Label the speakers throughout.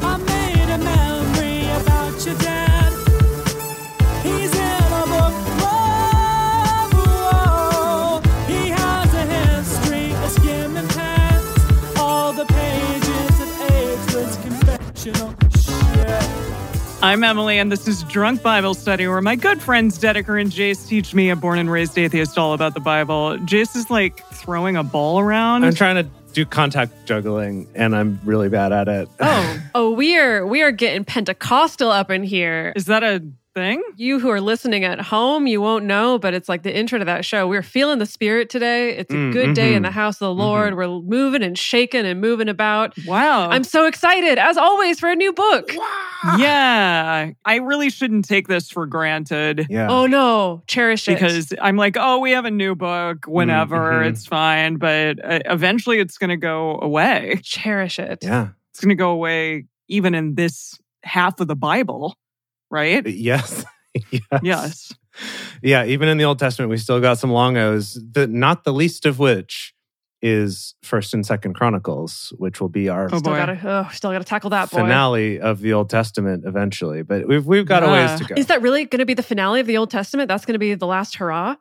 Speaker 1: I made a memory about your dad. He's in a book. Whoa, whoa. He has a history of skimming past all the pages of Aidsworth's confessional shit.
Speaker 2: I'm Emily, and this is Drunk Bible Study, where my good friends Dedeker and Jace teach me, a born and raised atheist, all about the Bible. Jace is like throwing a ball around.
Speaker 3: I'm trying to do contact juggling and I'm really bad at it.
Speaker 4: Oh, oh, we are we are getting Pentecostal up in here.
Speaker 2: is that a thing?
Speaker 4: You who are listening at home, you won't know, but it's like the intro to that show. We're feeling the spirit today. It's a
Speaker 3: Mm,
Speaker 4: good day in
Speaker 2: mm-hmm.
Speaker 3: mhm.
Speaker 4: the house of the Lord. We're moving and shaking and moving about.
Speaker 2: Wow.
Speaker 4: I'm so excited, as always, for a new book.
Speaker 3: Ah.
Speaker 2: yeah. I really shouldn't take this for granted
Speaker 3: Yeah.
Speaker 4: Oh no, cherish it.
Speaker 2: because I'm like, oh, we have a new book whenever.
Speaker 3: mhm.
Speaker 2: It's fine. But uh, eventually it's going to go away.
Speaker 4: cherish it.
Speaker 3: yeah.
Speaker 2: It's going to go away even in this half of the Bible, right?
Speaker 3: Yes. yes.
Speaker 2: Yes.
Speaker 3: Yeah. Even in the Old Testament, we still got some long O's, the, not the least of which is First and Second Chronicles, which will be our
Speaker 2: Oh,
Speaker 4: Still
Speaker 2: boy.
Speaker 4: gotta, oh, still gotta tackle that boy.
Speaker 3: finale of the Old Testament eventually. But we've, we've got a
Speaker 2: Yeah.
Speaker 3: ways to go.
Speaker 4: Is that really going to be the finale of the Old Testament? That's going to be the last hurrah.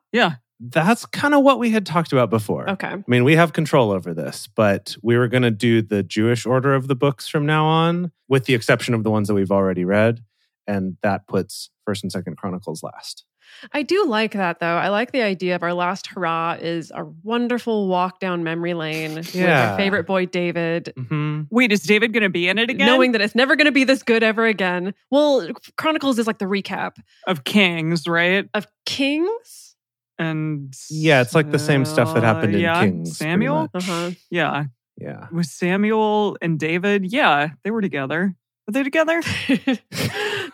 Speaker 3: That's kind of what we had talked about before.
Speaker 4: Okay.
Speaker 3: I mean, we have control over this, but we were going to do the Jewish order of the books from now on, with the exception of the ones that we've already read, and that puts First and Second Chronicles last.
Speaker 4: I do like that though. I like the idea of our last hurrah is a wonderful walk down memory lane with
Speaker 3: Yeah.
Speaker 4: our favorite boy David,
Speaker 3: Mm-hmm.
Speaker 2: Wait, is David going to be in it again?
Speaker 4: knowing that it's never going to be this good ever again. Well, Chronicles is like the recap
Speaker 2: of Kings, right?
Speaker 4: of Kings.
Speaker 2: And uh,
Speaker 3: Yeah, it's like the same stuff that happened in
Speaker 2: yeah,
Speaker 3: Kings, pretty
Speaker 2: Samuel,
Speaker 3: much.
Speaker 4: Uh-huh.
Speaker 2: yeah,
Speaker 3: Yeah,
Speaker 2: with Samuel and David, yeah, they were together. Were they together?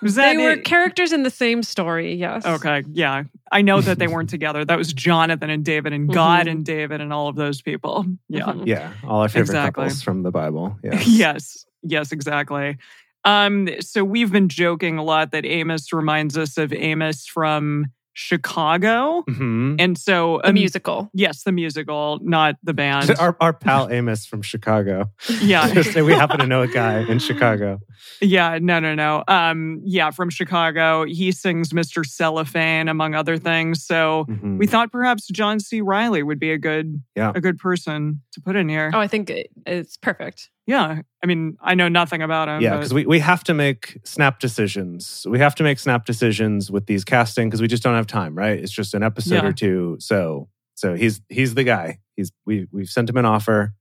Speaker 2: Was that
Speaker 4: they were
Speaker 2: it?
Speaker 4: characters in the same story. Yes.
Speaker 2: Okay, yeah, I know that they weren't together. That was Jonathan and David and God and David and all of those people. Yeah.
Speaker 4: Mhm.
Speaker 3: yeah, all our favorite
Speaker 2: Exactly.
Speaker 3: couples from the Bible. Yeah,
Speaker 2: yes, yes, exactly. Um, so we've been joking a lot that Amos reminds us of Amos from Chicago,
Speaker 3: Mhm.
Speaker 2: and so
Speaker 4: The
Speaker 2: um,
Speaker 4: musical.
Speaker 2: Yes, the musical, not the band.
Speaker 3: our our pal Amos from Chicago.
Speaker 2: yeah,
Speaker 3: Just say we happen to know a guy in Chicago.
Speaker 2: Yeah, no, no, no. Um, yeah, from Chicago. He sings Mr. Cellophane, among other things. So
Speaker 3: Mhm.
Speaker 2: we thought perhaps John C. Riley would be a good
Speaker 3: Yeah.
Speaker 2: a good person to put in here.
Speaker 4: Oh, I think it, it's perfect.
Speaker 2: Yeah. I mean, I know nothing about him.
Speaker 3: Yeah,
Speaker 2: but-
Speaker 3: because we, we have to make snap decisions. We have to make snap decisions with these casting because we just don't have time, right? It's just an episode
Speaker 2: Yeah.
Speaker 3: or two. So so he's he's the guy. He's we we've sent him an offer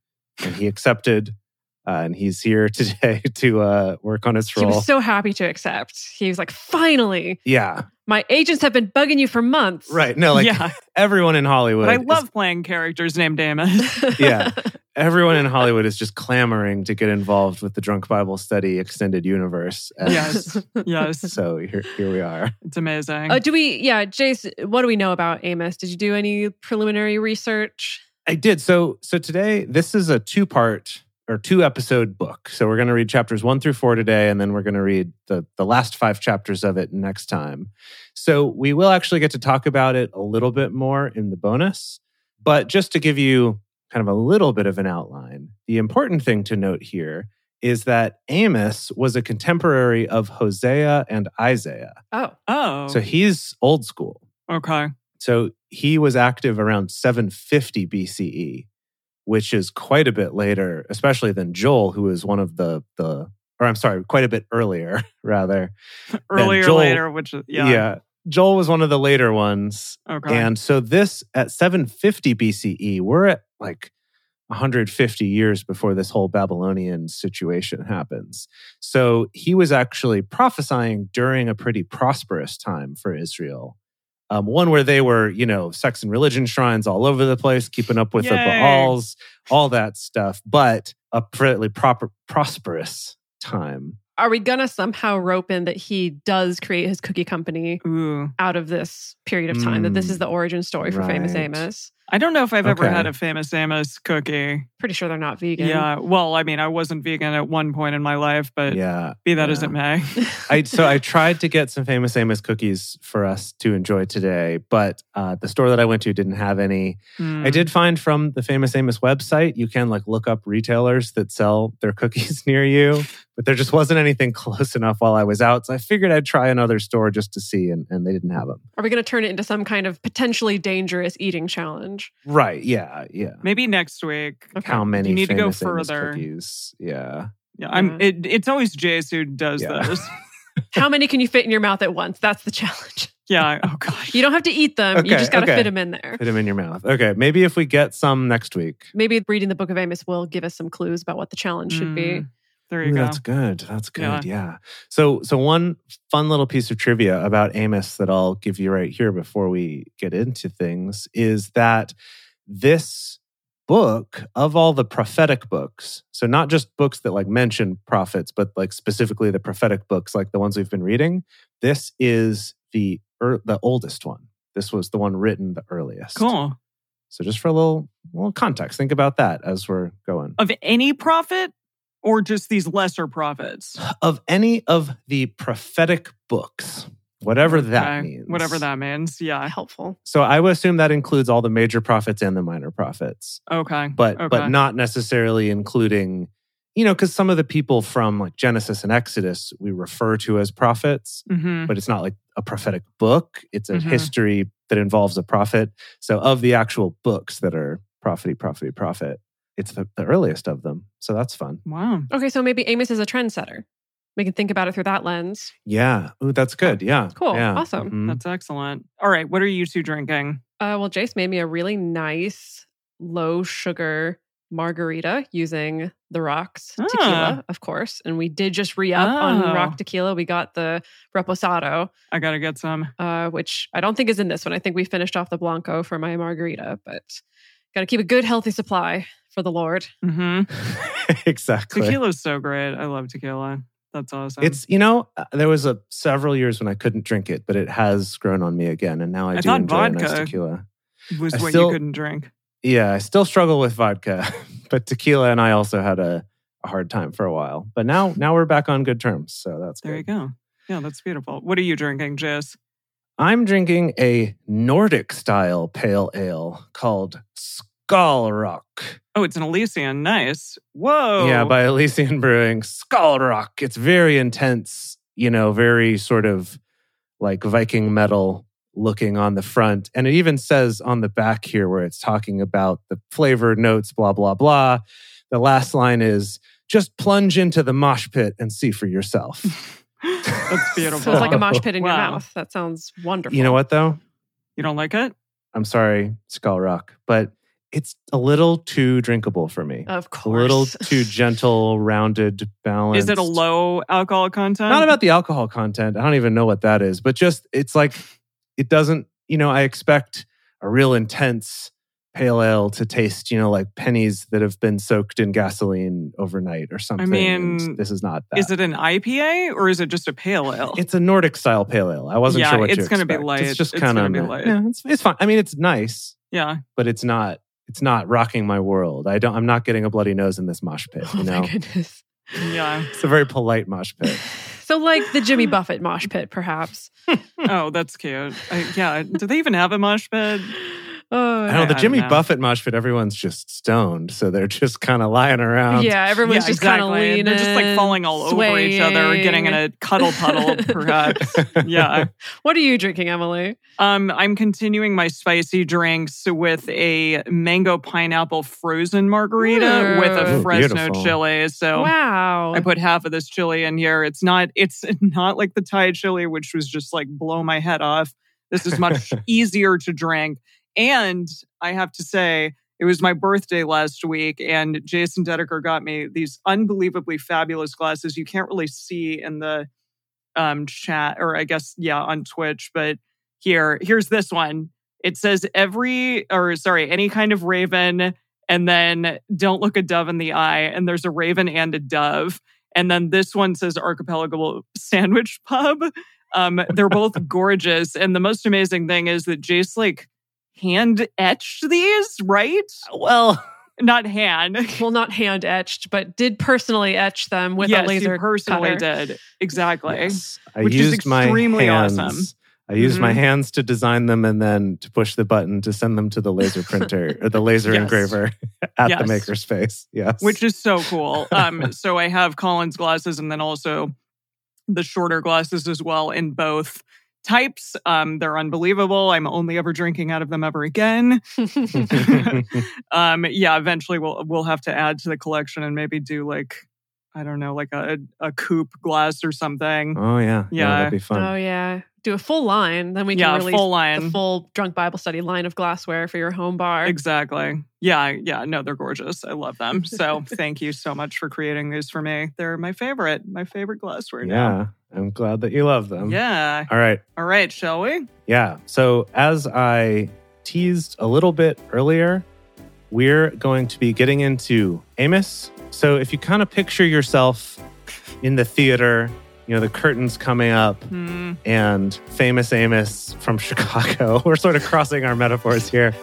Speaker 3: and he accepted. Uh, and he's here today to uh, work on his
Speaker 4: He
Speaker 3: role.
Speaker 4: was so happy to accept. He was like, "Finally,
Speaker 3: yeah,
Speaker 4: my agents have been bugging you for months."
Speaker 3: right. No, like
Speaker 2: yeah.
Speaker 3: everyone in Hollywood.
Speaker 2: But I
Speaker 3: is-
Speaker 2: love playing characters named Amos.
Speaker 3: yeah, everyone in Hollywood is just clamoring to get involved with the Drunk Bible Study extended universe. And
Speaker 2: yes. Yes.
Speaker 3: So here, here we are.
Speaker 2: It's amazing.
Speaker 4: Uh, do we? Yeah, Jace. What do we know about Amos? Did you do any preliminary research?
Speaker 3: I did. So so today this is a two part or two episode book. So we're going to read chapters 1 through 4 today and then we're going to read the the last 5 chapters of it next time. So we will actually get to talk about it a little bit more in the bonus, but just to give you kind of a little bit of an outline. The important thing to note here is that Amos was a contemporary of Hosea and Isaiah.
Speaker 4: Oh,
Speaker 2: oh.
Speaker 3: So he's old school.
Speaker 2: okay.
Speaker 3: So he was active around 750 BCE, E, which is quite a bit later, especially than Joel, who is one of the the or I'm sorry, quite a bit earlier, rather.
Speaker 2: Earlier,
Speaker 3: Joel-
Speaker 2: later, which is- yeah.
Speaker 3: Joel was one of the later ones.
Speaker 2: Okay.
Speaker 3: And so this at 750 BCE, E, we're at like 150 years before this whole Babylonian situation happens. So he was actually prophesying during a pretty prosperous time for Israel. Um, one where they were, you know, sex and religion shrines all over the place, keeping up with the
Speaker 2: Yay.
Speaker 3: Baals, all that stuff, but a pretty proper, prosperous time.
Speaker 4: Are we gonna somehow rope in that he does create his cookie company
Speaker 2: Ooh.
Speaker 4: out of this period of time? That this is the origin story for Famous
Speaker 3: Mm, Right.
Speaker 4: Amos.
Speaker 2: I don't know if I've ever
Speaker 3: Okay.
Speaker 2: had a famous Amos cookie.
Speaker 4: Pretty sure they're not vegan.
Speaker 2: Yeah. Well, I mean, I wasn't vegan at one point in my life, but
Speaker 3: yeah.
Speaker 2: be that
Speaker 3: yeah.
Speaker 2: as it may.
Speaker 3: I so I tried to get some famous Amos cookies for us to enjoy today, but uh, the store that I went to didn't have any.
Speaker 2: Hmm.
Speaker 3: I did find from the famous Amos website you can like look up retailers that sell their cookies near you, but there just wasn't anything close enough while I was out, so I figured I'd try another store just to see, and, and they didn't have them.
Speaker 4: Are we gonna turn it into some kind of potentially dangerous eating challenge?
Speaker 3: Right? Yeah, yeah.
Speaker 2: Maybe next week.
Speaker 4: Okay.
Speaker 3: How many
Speaker 2: You need to go
Speaker 3: Famous Amos
Speaker 2: further.
Speaker 3: cookies? Yeah.
Speaker 2: Yeah, I'm.
Speaker 4: Yeah.
Speaker 2: It, it's always Jace who does
Speaker 3: Yeah.
Speaker 2: those.
Speaker 4: How many can you fit in your mouth at once? That's the challenge.
Speaker 2: Yeah. Oh gosh.
Speaker 4: You don't have to eat them. you
Speaker 3: Okay,
Speaker 4: just gotta
Speaker 3: okay.
Speaker 4: fit them in there.
Speaker 3: Put them in your mouth. Okay, maybe if we get some next week.
Speaker 4: Maybe reading the Book of Amos will give us some clues about what the challenge should be.
Speaker 2: Mm, There you
Speaker 3: Ooh,
Speaker 2: go.
Speaker 3: That's good. That's good.
Speaker 2: Yeah.
Speaker 3: Yeah. So so one fun little piece of trivia about Amos that I'll give you right here before we get into things is that this book of all the prophetic books, so not just books that like mention prophets, but like specifically the prophetic books, like the ones we've been reading, this is the er, the oldest one. This was the one written the earliest.
Speaker 2: Cool.
Speaker 3: So just for a little little context, think about that as we're going.
Speaker 2: Of any prophet or just these lesser prophets?
Speaker 3: of any of the prophetic books, whatever that
Speaker 2: Okay,
Speaker 3: means.
Speaker 2: Whatever that means. Yeah.
Speaker 4: Helpful.
Speaker 3: So I would assume that includes all the major prophets and the minor prophets,
Speaker 2: Okay.
Speaker 3: but
Speaker 2: Okay.
Speaker 3: but not necessarily including, you know, because some of the people from like Genesis and Exodus we refer to as prophets,
Speaker 2: hmm
Speaker 3: but it's not like a prophetic book. It's a
Speaker 2: Mhm.
Speaker 3: history that involves a prophet. So of the actual books that are prophety, prophety, prophet, it's the, the earliest of them. So that's fun.
Speaker 2: Wow.
Speaker 4: Okay, so maybe Amos is a trendsetter. We can think about it through that lens.
Speaker 3: Yeah. Ooh, that's good. Yeah.
Speaker 4: Cool.
Speaker 3: Yeah.
Speaker 4: Awesome.
Speaker 3: Mhm.
Speaker 2: That's excellent. All right. What are you two drinking?
Speaker 4: Uh, well, Jace made me a really nice low sugar margarita using the rocks
Speaker 2: Ah.
Speaker 4: tequila, of course. And we did just re up on
Speaker 2: Oh.
Speaker 4: rock tequila. We got the reposado,
Speaker 2: I gotta get some.
Speaker 4: uh, which I don't think is in this one. I think we finished off the blanco for my margarita, but got to keep a good, healthy supply for the Lord.
Speaker 2: hmm
Speaker 3: exactly.
Speaker 2: Tequila's so great. I love tequila. That's awesome.
Speaker 3: It's you know uh, there was a several years when I couldn't drink it, but it has grown on me again, and now I,
Speaker 2: I
Speaker 3: do
Speaker 2: thought
Speaker 3: enjoy a nice
Speaker 2: vodka-
Speaker 3: tequila.
Speaker 2: was
Speaker 3: I
Speaker 2: what
Speaker 3: still-
Speaker 2: you couldn't drink.
Speaker 3: Yeah, I still struggle with vodka, but tequila and I also had a, a hard time for a while. But now now we're back on good terms, so that's
Speaker 2: There
Speaker 3: good.
Speaker 2: you go. Yeah, that's beautiful. What are you drinking, Jess?
Speaker 3: I'm drinking a Nordic style pale ale called Skullrock.
Speaker 2: Oh, it's an Elysian. Nice. Whoa.
Speaker 3: Yeah, by Elysian Brewing. Skullrock. It's very intense, you know, very sort of like Viking metal looking on the front. And it even says on the back here where it's talking about the flavor notes, blah, blah, blah. The last line is just plunge into the mosh pit and see for yourself.
Speaker 2: that's beautiful.
Speaker 4: So it's like a mosh pit in your
Speaker 2: Wow.
Speaker 4: mouth. That sounds wonderful.
Speaker 3: You know what, though?
Speaker 2: You don't like it?
Speaker 3: I'm sorry, Skullrock, but it's a little too drinkable for me.
Speaker 4: Of
Speaker 3: a
Speaker 4: course.
Speaker 3: little too gentle, rounded, balanced.
Speaker 2: Is it a low alcohol content?
Speaker 3: not about the alcohol content. I don't even know what that is, but just it's like it doesn't, you know, I expect a real intense pale ale to taste, you know, like pennies that have been soaked in gasoline overnight or something. and
Speaker 2: mean,
Speaker 3: this is not that.
Speaker 2: Is it an IPA or is it just a pale ale?
Speaker 3: it's a Nordic style pale ale. I wasn't
Speaker 2: Yeah,
Speaker 3: sure what
Speaker 2: it's
Speaker 3: to
Speaker 2: gonna be
Speaker 3: expect.
Speaker 2: light.
Speaker 3: It's just
Speaker 2: It's
Speaker 3: kind
Speaker 2: gonna
Speaker 3: of
Speaker 2: be light.
Speaker 3: Yeah, it's it's fine. I mean, it's nice,
Speaker 2: yeah.
Speaker 3: but it's not it's not rocking my world. I don't I'm not getting a bloody nose in this mosh pit,
Speaker 4: Oh
Speaker 3: you know.
Speaker 4: my goodness.
Speaker 2: Yeah.
Speaker 3: It's a very polite mosh pit.
Speaker 4: So, like the Jimmy Buffett mosh pit, perhaps.
Speaker 2: Oh, that's cute. I, yeah. Do they even have a mosh pit?
Speaker 4: Oh,
Speaker 3: I don't know.
Speaker 2: I
Speaker 3: The
Speaker 2: don't
Speaker 3: Jimmy
Speaker 2: know.
Speaker 3: Buffett mosh pit, everyone's just stoned. So they're just kind of lying around.
Speaker 4: yeah, everyone's
Speaker 2: Yeah,
Speaker 4: just kind of
Speaker 2: exactly.
Speaker 4: leaning.
Speaker 2: They're just like falling all over each other, getting in
Speaker 4: swaying.
Speaker 2: a cuddle puddle, perhaps. yeah.
Speaker 4: What are you drinking, Emily?
Speaker 2: Um, I'm continuing my spicy drinks with a mango pineapple frozen margarita
Speaker 4: Ooh.
Speaker 2: with a
Speaker 3: Ooh,
Speaker 2: Fresno
Speaker 3: beautiful.
Speaker 2: chili. So
Speaker 4: wow.
Speaker 2: I put half of this chili in here. It's not it's not like the Thai chili, which was just like blow my head off. This is much easier to drink. And I have to say, it was my birthday last week, and Jason Dedeker got me these unbelievably fabulous glasses. You can't really see in the um, chat, or I guess yeah, on Twitch. But here, here's this one. It says every, or sorry, any kind of raven, and then don't look a dove in the eye. And there's a raven and a dove. And then this one says Archipelago Sandwich Pub. Um, they're both gorgeous. And the most amazing thing is that Jace like hand etched these, right?
Speaker 3: Well,
Speaker 2: Not hand.
Speaker 4: Well, not hand etched, but did personally etch them with
Speaker 2: yes,
Speaker 4: a
Speaker 2: he
Speaker 4: laser
Speaker 2: personally
Speaker 4: cutter.
Speaker 2: did. Exactly.
Speaker 3: yes. I
Speaker 2: Which is
Speaker 3: used my
Speaker 2: extremely
Speaker 3: hands.
Speaker 2: awesome.
Speaker 3: I used my
Speaker 2: Mhm.
Speaker 3: hands to design them and then to push the button to send them to the laser printer or the laser
Speaker 2: Yes.
Speaker 3: engraver at
Speaker 2: Yes.
Speaker 3: the makerspace. Yes.
Speaker 2: which is so cool. Um, so I have Collins glasses and then also the shorter glasses as well in both types. Um, they're unbelievable. I'm only ever drinking out of them ever again. Um, yeah, eventually we'll we'll have to add to the collection and maybe do like I don't know, like a a coupe glass or something.
Speaker 3: oh, yeah.
Speaker 2: Yeah.
Speaker 3: That'd be fun.
Speaker 4: Oh yeah, do a full line, then we
Speaker 2: yeah,
Speaker 4: can release
Speaker 2: full
Speaker 4: the
Speaker 2: line.
Speaker 4: full drunk Bible study line of glassware for your home bar.
Speaker 2: Exactly. Yeah, yeah. No, they're gorgeous. I love them. So thank you so much for creating these for me. They're my favorite, my favorite glassware now.
Speaker 3: yeah. I'm glad that you love them.
Speaker 2: Yeah.
Speaker 3: All right.
Speaker 2: All right, shall we?
Speaker 3: Yeah. So, as I teased a little bit earlier, we're going to be getting into Amos. So, if you kind of picture yourself in the theater, you know, the curtains coming up
Speaker 2: Hmm.
Speaker 3: and famous Amos from Chicago, we're sort of crossing our metaphors here.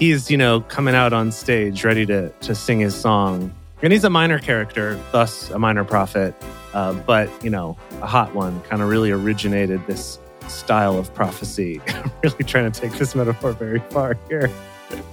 Speaker 3: He's, you know, coming out on stage ready to, to sing his song. And he's a minor character, thus a minor prophet, uh, but, you know, a hot one, kind of really originated this style of prophecy. I'm really trying to take this metaphor very far here.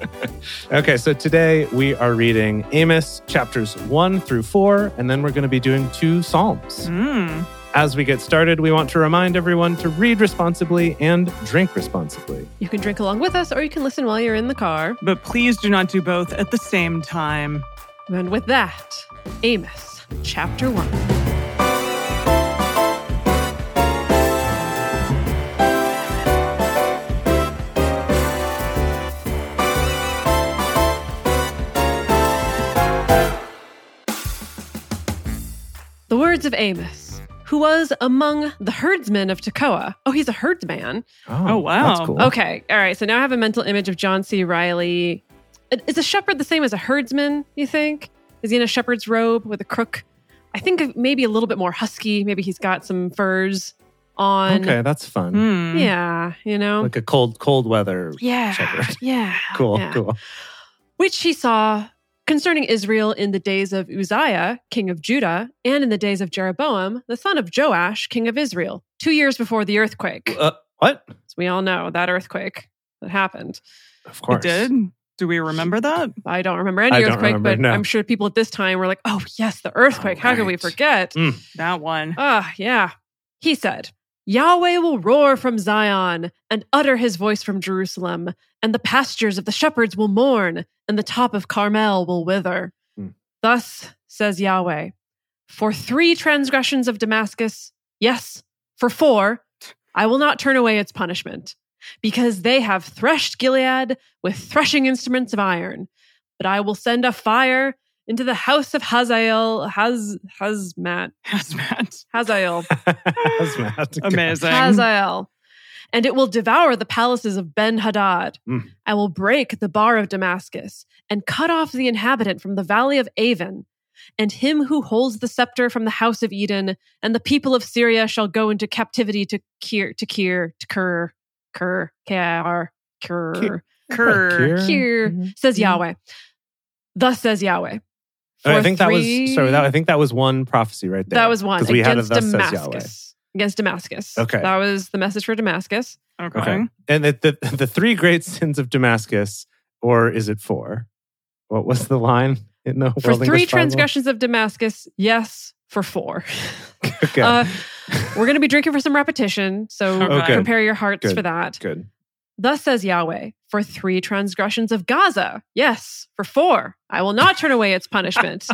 Speaker 3: okay, so today we are reading Amos chapters one through four, and then we're going to be doing two Psalms.
Speaker 2: Mm,
Speaker 3: As we get started, we want to remind everyone to read responsibly and drink responsibly.
Speaker 4: You can drink along with us, or you can listen while you're in the car.
Speaker 2: but please do not do both at the same time.
Speaker 4: And with that, Amos chapter one. The words of Amos, who was among the herdsmen of Tekoa. Oh, he's a herdsman.
Speaker 2: Oh, wow.
Speaker 3: That's cool.
Speaker 4: Okay. All right. So now I have a mental image of John C. Riley. Is a shepherd the same as a herdsman, you think? Is he in a shepherd's robe with a crook? I think of maybe a little bit more husky. Maybe he's got some furs on.
Speaker 3: Okay, that's fun.
Speaker 2: Hmm.
Speaker 4: Yeah. You know?
Speaker 3: Like a cold, cold weather
Speaker 4: Mm. yeah.
Speaker 3: shepherd.
Speaker 4: Yeah.
Speaker 3: Cool,
Speaker 4: yeah.
Speaker 3: cool.
Speaker 4: Which he saw concerning Israel in the days of Uzziah, king of Judah, and in the days of Jeroboam, the son of Joash, king of Israel, two years before the earthquake.
Speaker 3: Uh, what?
Speaker 4: As we all know, that earthquake that happened.
Speaker 3: Of
Speaker 2: It
Speaker 3: course.
Speaker 2: did? Do we remember that?
Speaker 4: I don't remember any
Speaker 3: I don't
Speaker 4: earthquake,
Speaker 3: remember,
Speaker 4: but
Speaker 3: no.
Speaker 4: I'm sure people at this time were like, oh, yes, the earthquake. How can we
Speaker 3: right.
Speaker 4: forget?
Speaker 3: Mm.
Speaker 2: That one.
Speaker 4: Ah, yeah. He said, Yahweh will roar from Zion and utter his voice from Jerusalem, and the pastures of the shepherds will mourn, and the top of Carmel will wither.
Speaker 3: Mm.
Speaker 4: Thus says Yahweh, for three transgressions of Damascus, yes, for four, I will not turn away its punishment, because they have threshed Gilead with threshing instruments of iron. But I will send a fire into the house of Hazael, Haz, Hazmat,
Speaker 2: Hazmat.
Speaker 4: Hazael,
Speaker 3: That's mad.
Speaker 2: Amazing.
Speaker 4: Hazael. And it will devour the palaces of Ben Hadad.
Speaker 3: Mm.
Speaker 4: I will break the bar of Damascus and cut off the inhabitant from the valley of Avon. And him who holds the scepter from the house of Eden, and the people of Syria shall go into captivity to Kir, to Kir, to Ker, Ker, Kar, Ker,
Speaker 2: Kerr.
Speaker 4: Kir, says Yahweh. Thus says
Speaker 3: Oh,
Speaker 4: Yahweh.
Speaker 3: Hmm. I
Speaker 4: For
Speaker 3: think that was
Speaker 4: three-
Speaker 3: sorry. That, I think that was one prophecy right there.
Speaker 4: that was one
Speaker 3: because we had a
Speaker 4: against
Speaker 3: thus says Yahweh.
Speaker 4: Damascus. Against Damascus.
Speaker 3: Okay.
Speaker 4: That was the message for Damascus.
Speaker 2: Okay.
Speaker 4: Uh-huh.
Speaker 3: Okay. And the, the the three great sins of Damascus, or is it four? What was the line in the
Speaker 4: For
Speaker 3: World English
Speaker 4: three
Speaker 3: Bible?
Speaker 4: transgressions of Damascus, yes, for four.
Speaker 3: Okay,
Speaker 4: Uh, we're going to be drinking for some repetition, so
Speaker 2: Okay.
Speaker 4: prepare your hearts
Speaker 3: Good.
Speaker 4: for that.
Speaker 3: good.
Speaker 4: Thus says Yahweh, for three transgressions of Gaza, yes, for four, I will not turn away its punishment,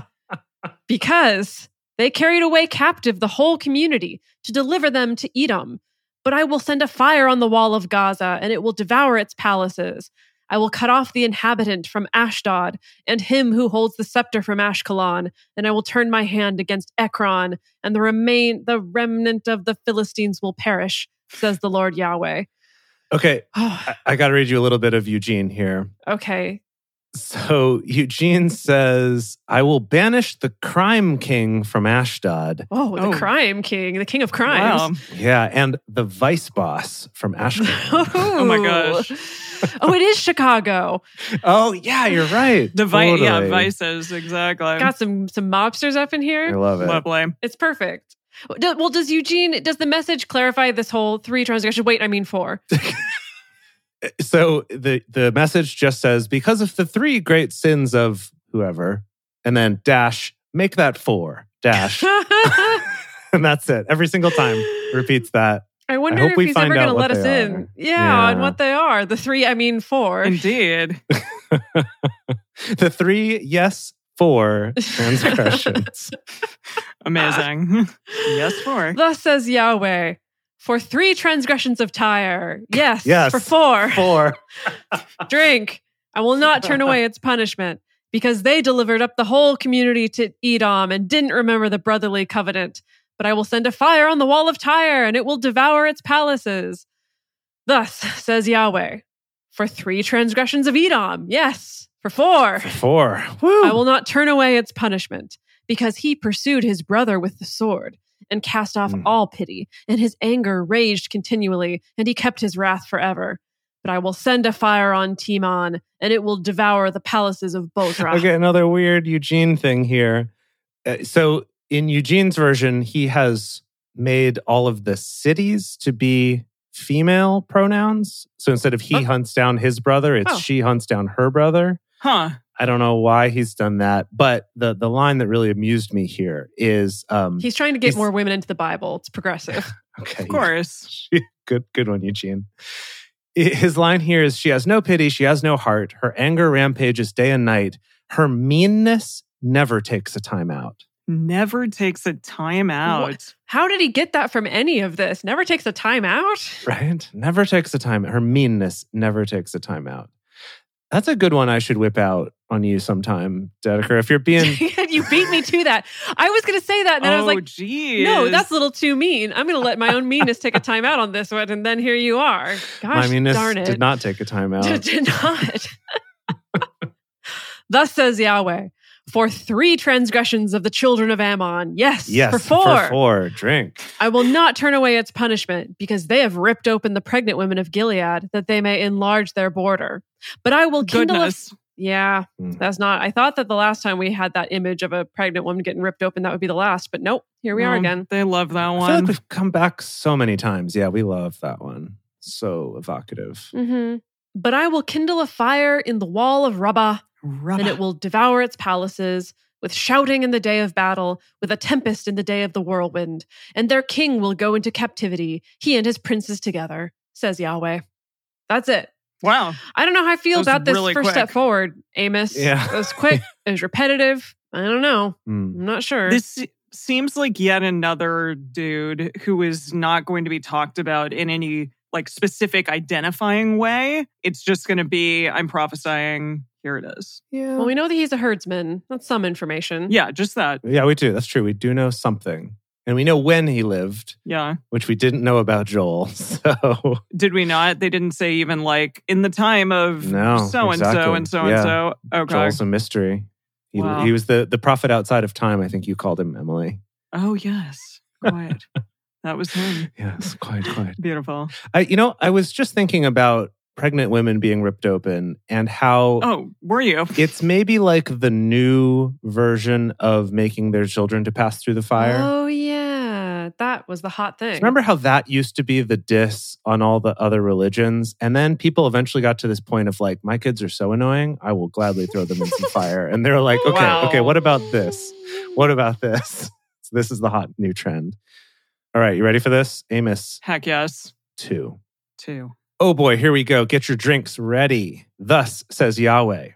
Speaker 4: because they carried away captive the whole community to deliver them to Edom. But I will send a fire on the wall of Gaza, and it will devour its palaces. I will cut off the inhabitant from Ashdod, and him who holds the scepter from Ashkelon, and I will turn my hand against Ekron, and the remain the remnant of the Philistines will perish, says the Lord Yahweh.
Speaker 3: Okay, I, I got to read you a little bit of Eugene here.
Speaker 4: Okay.
Speaker 3: So Eugene says, I will banish the crime king from Ashdod.
Speaker 4: Oh, the
Speaker 2: Oh.
Speaker 4: crime king, the king of
Speaker 2: Wow.
Speaker 4: crimes.
Speaker 3: Yeah, and the vice boss from Ashkelon.
Speaker 4: oh
Speaker 2: my gosh.
Speaker 4: oh, it is Chicago.
Speaker 3: oh, yeah, you're right.
Speaker 2: The vi- yeah,
Speaker 3: Totally.
Speaker 2: vices, exactly.
Speaker 4: Got some some mobsters up in
Speaker 3: I
Speaker 4: here.
Speaker 3: love it.
Speaker 2: Lovely.
Speaker 4: It's perfect. Do- Well, does Eugene? Does the message clarify this whole three transgression? Wait, I mean four.
Speaker 3: so the the message just says because of the three great sins of whoever and then dash make that four dash and that's it every single time repeats that
Speaker 4: I wonder
Speaker 3: hope
Speaker 4: if
Speaker 3: we
Speaker 4: he's
Speaker 3: find
Speaker 4: ever
Speaker 3: out
Speaker 4: going to
Speaker 3: what
Speaker 4: let us
Speaker 3: they
Speaker 4: in.
Speaker 3: are.
Speaker 4: Yeah,
Speaker 3: Yeah.
Speaker 4: and what they are. The three, I mean four.
Speaker 2: Indeed.
Speaker 3: the three yes four transgressions
Speaker 2: Amazing. yes, for.
Speaker 4: Thus says Yahweh, for three transgressions of Tyre. Yes,
Speaker 3: Yes.
Speaker 4: for four.
Speaker 3: four
Speaker 4: Drink. I will not turn away its punishment because they delivered up the whole community to Edom and didn't remember the brotherly covenant. But I will send a fire on the wall of Tyre and it will devour its palaces. Thus says Yahweh, for three transgressions of Edom. Yes, for four.
Speaker 3: four Woo.
Speaker 4: I will not turn away its punishment, because he pursued his brother with the sword and cast off
Speaker 3: Mm.
Speaker 4: all pity, and his anger raged continually, and he kept his wrath forever. But I will send a fire on Timon, and it will devour the palaces of Bozrah.
Speaker 3: okay another weird eugene thing here Uh, so in eugene's version he has made all of the cities to be female pronouns so instead of he
Speaker 4: Oh.
Speaker 3: hunts down his brother it's
Speaker 4: Oh.
Speaker 3: she hunts down her brother
Speaker 2: Huh.
Speaker 3: I don't know why he's done that, but the the line that really amused me here is um
Speaker 4: He's trying to get
Speaker 3: He's-
Speaker 4: more women into the Bible. It's progressive.
Speaker 3: okay,
Speaker 2: Of course.
Speaker 3: good good one, Eugene. I- His line here is she has no pity, she has no heart, her anger rampages day and night, her meanness never takes a time out.
Speaker 2: Never takes a time out.
Speaker 4: How did he get that from any of this? Never takes a time out.
Speaker 3: Right? Never takes a time her meanness never takes a time out. That's a good one I should whip out on you sometime, Dedeker. If you're being
Speaker 4: you beat me to that. I was going to say that, and then I was
Speaker 2: oh,
Speaker 4: like,
Speaker 2: geez.
Speaker 4: No, that's a little too mean. I'm going to let my own meanness take a time out on this one, and then here you are.
Speaker 3: my
Speaker 4: Gosh,
Speaker 3: meanness
Speaker 4: darn it.
Speaker 3: did not take a time out.
Speaker 4: Did not. Thus says Yahweh, for three transgressions of the children of Ammon, yes,
Speaker 3: yes,
Speaker 4: for four,
Speaker 3: for four. Drink.
Speaker 4: I will not turn away its punishment, because they have ripped open the pregnant women of Gilead, that they may enlarge their border. But I will kindle a
Speaker 2: goodness.
Speaker 4: yeah,
Speaker 3: Mm.
Speaker 4: that's not. I thought that the last time we had that image of a pregnant woman getting ripped open, that would be the last. But nope, here we are
Speaker 2: No,
Speaker 4: again.
Speaker 2: Oh, They love that
Speaker 3: I feel like
Speaker 2: one.
Speaker 3: we've come back so many times. Yeah, we love that one. So evocative.
Speaker 4: hmm But I will kindle a fire in the wall of Rabbah,
Speaker 2: Rubber.
Speaker 4: and it will devour its palaces with shouting in the day of battle, with a tempest in the day of the whirlwind. And their king will go into captivity, he and his princes together, says Yahweh. That's it.
Speaker 2: wow.
Speaker 4: I don't know how I
Speaker 2: That
Speaker 4: feel
Speaker 2: was
Speaker 4: about this
Speaker 2: really
Speaker 4: first step
Speaker 2: quick.
Speaker 4: forward, Amos.
Speaker 3: Yeah.
Speaker 4: It was quick. it was repetitive. I don't know.
Speaker 3: Mm.
Speaker 4: I'm not sure.
Speaker 2: This se- seems like yet another dude who is not going to be talked about in any like specific identifying way. It's just going to be I'm prophesying. Here it is.
Speaker 3: Yeah.
Speaker 4: well, we know that he's a herdsman. That's some information.
Speaker 2: Yeah, just that.
Speaker 3: yeah, we do. That's true. We do know something. And we know when he lived,
Speaker 2: Yeah.
Speaker 3: which we didn't know about Joel. So
Speaker 2: Did we not? They didn't say even like in the time of
Speaker 3: No,
Speaker 2: so and so
Speaker 3: exactly.
Speaker 2: and so and so. Okay.
Speaker 3: Joel's a mystery. He,
Speaker 2: Wow.
Speaker 3: he was the, the prophet outside of time, I think you called him, Emily.
Speaker 2: Oh yes. Quiet. that was him.
Speaker 3: Yes, quite, quite.
Speaker 2: Beautiful.
Speaker 3: I, you know, I was just thinking about pregnant women being ripped open and how
Speaker 2: Oh, were you?
Speaker 3: it's maybe like the new version of making their children to pass through the fire.
Speaker 4: Oh yeah, that was the hot thing.
Speaker 3: Remember how that used to be the diss on all the other religions? And then people eventually got to this point of like, my kids are so annoying, I will gladly throw them in some fire. And they're like, okay,
Speaker 2: Wow.
Speaker 3: okay, what about this? What about this? So this is the hot new trend. All right, you ready for this? Amos
Speaker 2: Heck yes.
Speaker 3: 2.
Speaker 2: Two.
Speaker 3: Oh boy, here we go. Get your drinks ready. Thus says Yahweh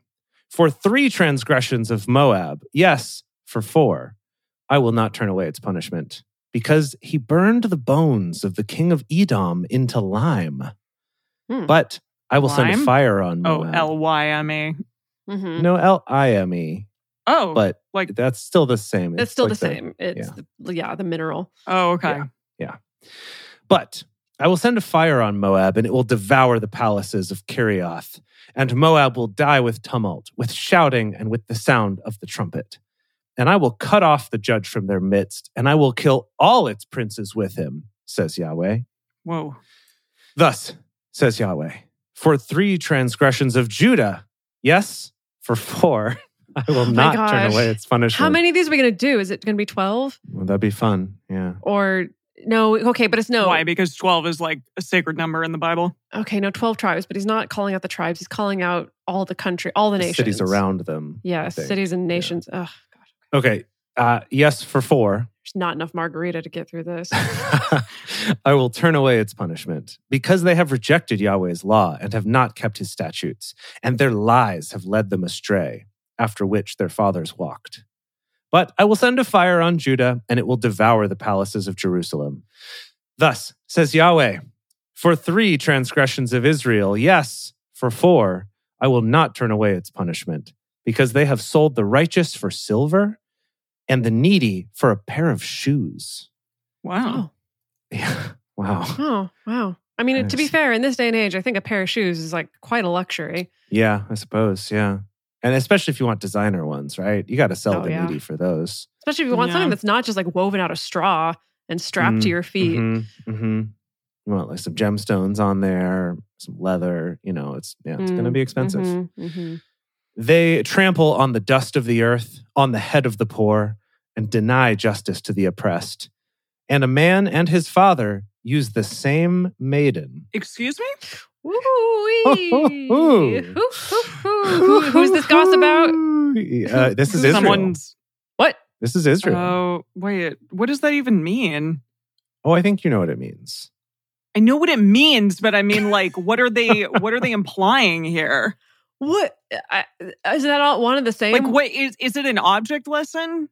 Speaker 3: For three transgressions of Moab, yes, for four, I will not turn away its punishment, because he burned the bones of the king of Edom into lime.
Speaker 4: Hmm.
Speaker 3: But I will send a
Speaker 2: Lime?
Speaker 3: fire on
Speaker 2: Oh,
Speaker 3: Moab.
Speaker 2: L Y M E.
Speaker 4: Mhm.
Speaker 3: No, L I M E.
Speaker 2: Oh,
Speaker 3: But
Speaker 2: like
Speaker 3: that's still the same.
Speaker 4: It's
Speaker 3: It's
Speaker 4: still
Speaker 3: like
Speaker 4: the same. it's the, yeah, the mineral.
Speaker 2: oh, okay.
Speaker 3: But I will send a fire on Moab, and it will devour the palaces of Kirioth. And Moab will die with tumult, with shouting, and with the sound of the trumpet. And I will cut off the judge from their midst, and I will kill all its princes with him, says Yahweh.
Speaker 2: Whoa.
Speaker 3: Thus says Yahweh, for three transgressions of Judah, yes, for four, I will
Speaker 4: Oh my
Speaker 3: not turn
Speaker 4: gosh.
Speaker 3: away its punishment.
Speaker 4: How many of these are we going to do? Is it going to be 12
Speaker 3: Well, that'd be fun. Yeah.
Speaker 4: or no? Okay, but it's no.
Speaker 2: Why? Because 12 is like a sacred number in the Bible.
Speaker 4: Okay, no, 12 tribes, but he's not calling out the tribes. He's calling out all the country, all the,
Speaker 3: The
Speaker 4: nations.
Speaker 3: cities around them. I
Speaker 4: Yeah,
Speaker 3: think.
Speaker 4: cities and nations. Ugh, God,
Speaker 3: Okay. Uh, yes, for four.
Speaker 4: there's not enough margarita to get through this.
Speaker 3: I will turn away its punishment because they have rejected Yahweh's law and have not kept his statutes, and their lies have led them astray, after which their fathers walked. But I will send a fire on Judah, and it will devour the palaces of Jerusalem. Thus says Yahweh For three transgressions of Israel, yes, for four, I will not turn away its punishment, because they have sold the righteous for silver and the needy for a pair of shoes.
Speaker 2: Wow.
Speaker 4: Oh.
Speaker 3: Yeah. Wow.
Speaker 4: Oh, wow. I mean, to be
Speaker 3: Yes.
Speaker 4: fair, in this day and age, I think a pair of shoes is like quite a luxury.
Speaker 3: Yeah, I suppose. Yeah. And especially if you want designer ones, right? You got to sell
Speaker 4: Oh,
Speaker 3: the
Speaker 4: yeah.
Speaker 3: needy for those.
Speaker 4: Especially if you want
Speaker 2: Yeah.
Speaker 4: something that's not just like woven out of straw and strapped to
Speaker 3: Mm,
Speaker 4: your feet.
Speaker 3: Mhm, mhm. You want like some gemstones on there, some leather. You know, it's yeah, it's going to
Speaker 4: Mm,
Speaker 3: be expensive.
Speaker 4: Mhm, mhm.
Speaker 3: They trample on the dust of the earth, on the head of the poor, and deny justice to the oppressed. And a man and his father use the same maiden.
Speaker 2: Excuse me?
Speaker 4: Woo-wee.
Speaker 3: Ho, ho, ho.
Speaker 4: Hoo, hoo, hoo. Who- Who's this goss about?
Speaker 3: Uh, this is Israel.
Speaker 2: Someone's.
Speaker 4: What?
Speaker 3: This is Israel.
Speaker 2: Oh, wait. What does that even mean?
Speaker 3: oh, I think you know what it means.
Speaker 2: I know what it means, but I mean, like, what are they? What are they implying here?
Speaker 4: What? I, is that all one of the same?
Speaker 2: Like, what is? Is it an object lesson?